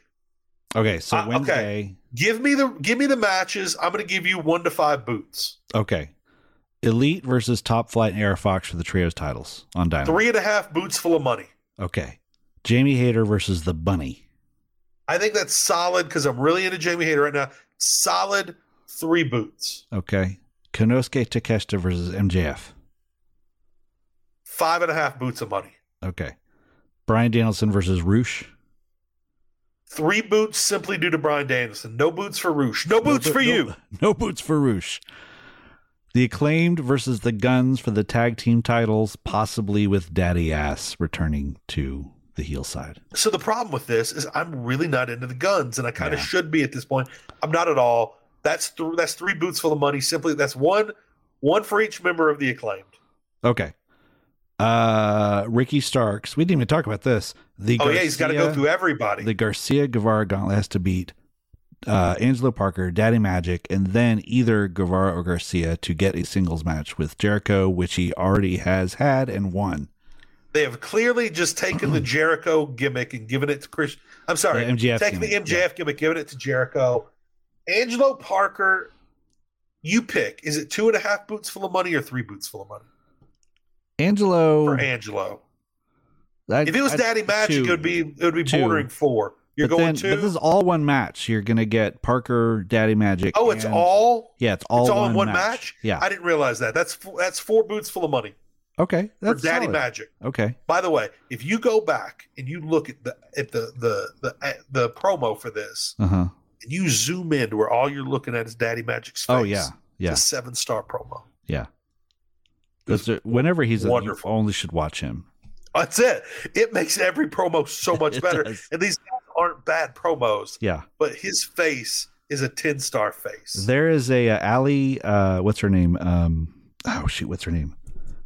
Okay, so
Uh, okay.
Wednesday.
Give me the give me the matches. I'm going to give you one to five boots.
Okay. Elite versus Top Flight and Air Fox for the trios titles on Dynamite.
Three and a half boots full of money.
Okay. Jamie Hayter versus the Bunny.
I think that's solid because I'm really into Jamie Hayter right now. Solid three boots.
Okay. Konosuke Takeshita versus MJF.
Five and a half boots of money.
Okay. Brian Danielson versus Roosh.
Three boots simply due to Brian Danielson. No boots for Roosh. No boots
bo-
for
no-
you.
No boots for Roosh. The acclaimed versus the Guns for the tag team titles, possibly with Daddy Ass returning to the heel side.
So the problem with this is I'm really not into the guns, and I kind of
Yeah.
should be at this point. I'm not at all. That's th- that's three boots full of money. Simply that's one one for each member of the acclaimed.
Okay. Uh Ricky Starks. We didn't even talk about this. The
oh yeah, he's got to go
Garcia-
through everybody.
the Garcia Guevara gauntlet has to beat uh, Angelo Parker, Daddy Magic, and then either Guevara or Garcia to get a singles match with Jericho, which he already has had and won.
they have clearly just taken the Jericho gimmick and given it to Chris. I'm sorry,
The MJF
taking
gimmick,
the MJF gimmick, giving it to Jericho. Angelo Parker, you pick. Is it two and a half boots full of money or three boots full of money
Angelo,
for Angelo?
I-
If it was
I-
Daddy Magic,
two.
it would be it would be
Two.
bordering four. You're
but
going
then- But this
two.
is all one match. You're gonna get Parker, Daddy Magic.
Oh, it's
and-
all.
Yeah, it's all.
it's all
one
in one match?
Yeah.
I didn't realize that. That's f- that's four boots full of money
okay. That's
for Daddy
solid.
Magic.
Okay.
By the way, if you go back and you look at the at the the the, the promo for this,
Uh huh.
and you zoom in to where all you're looking at is Daddy Magic's face.
Oh yeah.
It's
Yeah.
a seven star promo.
Yeah.
It's-
That's- whenever he's in, you
wonderful.
only should watch him.
That's it. It makes every promo so much
It
better.
does.
And these aren't bad promos,
Yeah.
but his face is a 10 star face.
There is a uh, Allie. Uh, what's her name? Um, oh shoot, what's her name?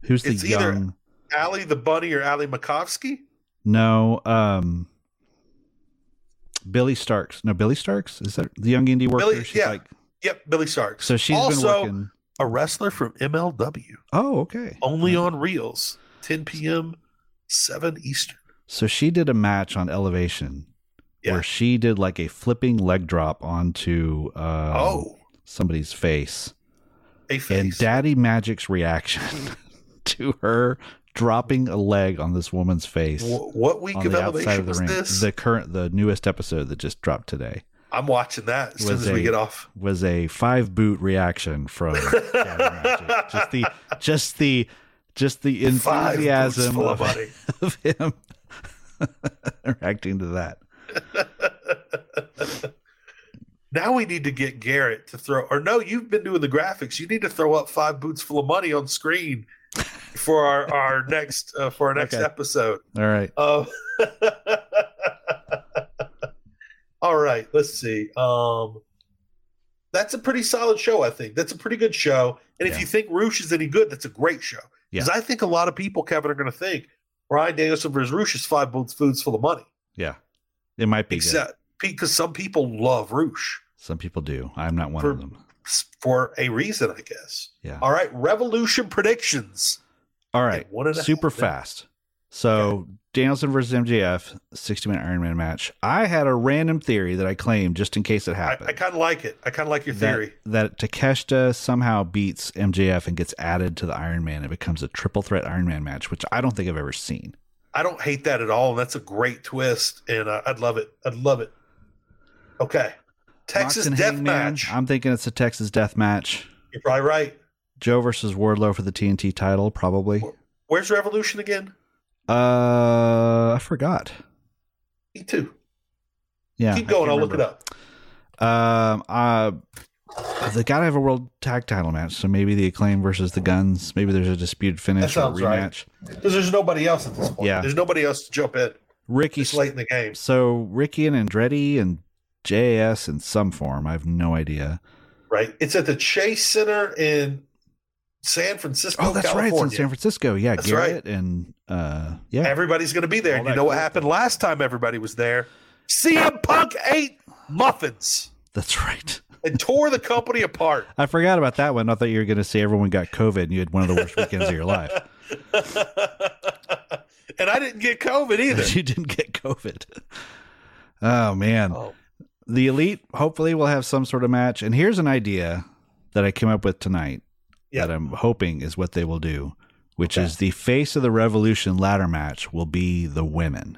Who's the
It's either-
young?
Ali the Bunny or Ali Makovsky?
No, um, Billy Starks. No, Billy Starks is that the young indie worker?
Billy-
she's
yeah.
like,
Yep, Billy Stark.
so she's
Also-
been working.
a wrestler from MLW,
Oh, okay.
only on Reels, 10 p.m., 7 Eastern.
So she did a match on Elevation
Yeah.
where she did like a flipping leg drop onto uh,
oh,
somebody's face,
a
and
face.
Daddy Magic's reaction to her dropping a leg on this woman's face.
Wh- what week
on
of
the outside
elevation
of the
was
ring.
this?
The current, the newest episode that just dropped today
I'm watching that as soon
was
as we
a-
get off.
was a five boot reaction from Daddy Magic. just the just the just the
Five boots
enthusiasm
full
of,
of money.
of him reacting to that.
Now we need to get Garrett to throw, or no, you've been doing the graphics. You need to throw up five boots full of money on screen for our our next uh, for our next
Okay.
episode.
All right,
Uh, all right, let's see. Um, that's a pretty solid show, I think. That's a pretty good show. And if
Yeah.
you think Roosh is any good, that's a great show. Because
Yeah.
I think a lot of people, Kevin, are going to think Ryan Danielson versus Roosh is five boots foods full of money.
yeah, it might be good.
Except because some people love Roosh
Some people do. I'm not one of
For-
them.
for a reason, I guess.
Yeah.
All right, Revolution predictions.
All right,
One and a
super
half minutes.
fast. So Danielson versus MJF, 60 minute Iron Man match. I had a random theory that I claimed just in case it happened.
I, I kind of like it. I kind of like your
that-
theory.
that, Takeshita somehow beats MJF and gets added to the Iron Man. It becomes a triple threat Iron Man match, which I don't think I've ever seen.
I don't hate that at all. And that's a great twist. And uh, I'd love it. I'd love it. Okay. Texas
Mox and
death
Hangman,
match.
I'm thinking it's a Texas death match.
You're probably right.
Joe versus Wardlow for the TNT title, probably.
Where's Revolution again?
Uh, I forgot.
Me too.
Yeah,
Keep
I
going.
can't
I'll look it
remember.
up.
Um, uh, they gotta have a world tag title match, so maybe the acclaim versus the guns. Maybe there's a disputed finish or a
sounds right.
rematch.
Because there's nobody else at this point.
Yeah.
There's nobody else to jump in.
Ricky
It's late in the game.
So Ricky and Andretti and JAS in some form. I have no idea.
Right. It's at the Chase Center in San Francisco,
Oh, that's
California.
right. It's in San Francisco. Yeah,
That's
Garrett and uh, yeah.
Everybody's going to be there.
All
And
that
you know what
cool
happened last time everybody was there? CM Punk ate muffins
That's right.
and tore the company apart.
I forgot about that one. I thought you were going to say everyone got COVID and you had one of the worst weekends of your life.
and I didn't get COVID either.
you didn't get COVID. Oh man,
Oh,
the elite hopefully will have some sort of match. And here's an idea that I came up with tonight
Yeah.
that I'm hoping is what they will do, which
Okay.
is the face of the revolution ladder match will be the women.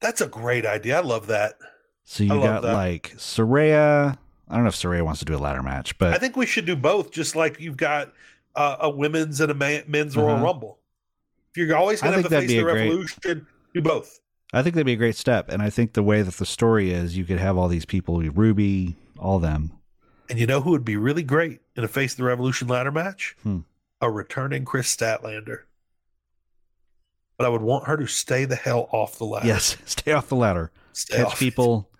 that's a great idea. I love that.
So you
love
got
that.
like Soraya. I don't know if Soraya wants to do a ladder match, but
I think we should do both, just like you've got uh, a women's and a man, men's Royal
Uh-huh.
Rumble. If you're always
I
going to
think
have the
that'd
face of
be
the
a great-
revolution, do both.
I think that'd be a great step. And I think the way that the story is, you could have all these people, Ruby, all them.
And you know who would be really great in a face of the revolution ladder match?
Hmm.
A returning Chris Statlander. But I would want her to stay the hell off the ladder.
Yes, stay off the ladder.
Uh, Stay
Catch
off.
people.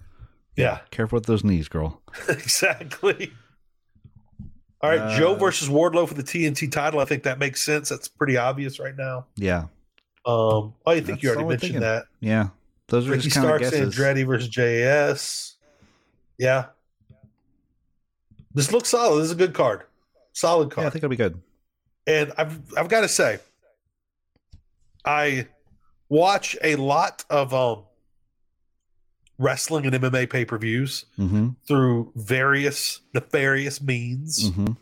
Yeah,
Careful with those knees, girl.
exactly. All right,
Uh,
Joe versus Wardlow for the TNT title. I think that makes sense. That's pretty obvious right now.
Yeah,
Um, I think
That's
you
all
already
I'm
mentioned
thinking.
that.
yeah. Those are
Ricky
just kind of
Starks and
guesses.
Andretti versus JAS. Yeah. This looks solid. This is a good card. Solid card.
Yeah, I think it'll be good.
and I've I've got to say, I watch a lot of um wrestling and MMA pay-per-views
Mm-hmm.
through various nefarious means,
Mm-hmm.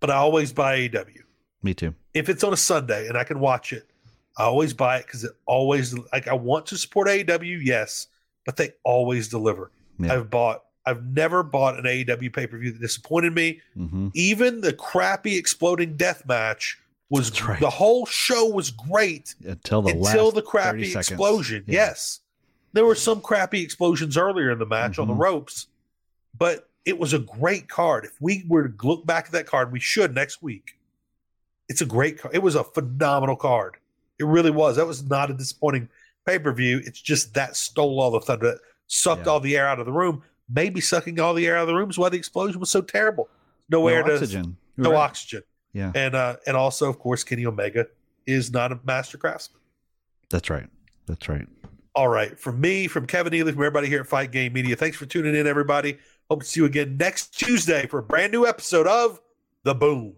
but I always buy E AEW.
Me too.
If it's on a Sunday and I can watch it, I always buy it because it always like I want to support AEW, yes, but they always deliver.
Yeah.
I've bought I've never bought an AEW pay-per-view that disappointed me.
Mm-hmm.
Even the crappy exploding death match was
That's right.
the whole show was great
Until the
until
last.
the
30
crappy
seconds.
explosion.
Yeah.
Yes. There were some crappy explosions earlier in the match on the
Mhm.
ropes, but it was a great card. If we were to look back at that card, we should next week. It's a great card. It was a phenomenal card. It really was. That was not a disappointing pay per view. It's just that stole all the thunder, that sucked
Yeah.
all the air out of the room. Maybe sucking all the air out of the room is why the explosion was so terrible. No,
no
air to
oxygen. You're
no
right.
oxygen.
Yeah.
And uh and also of course Kenny Omega is not a master craftsman.
That's right. That's right.
All right. From me, from Kevin Ely, from everybody here at Fight Game Media, thanks for tuning in, everybody. Hope to see you again next Tuesday for a brand new episode of The Boom.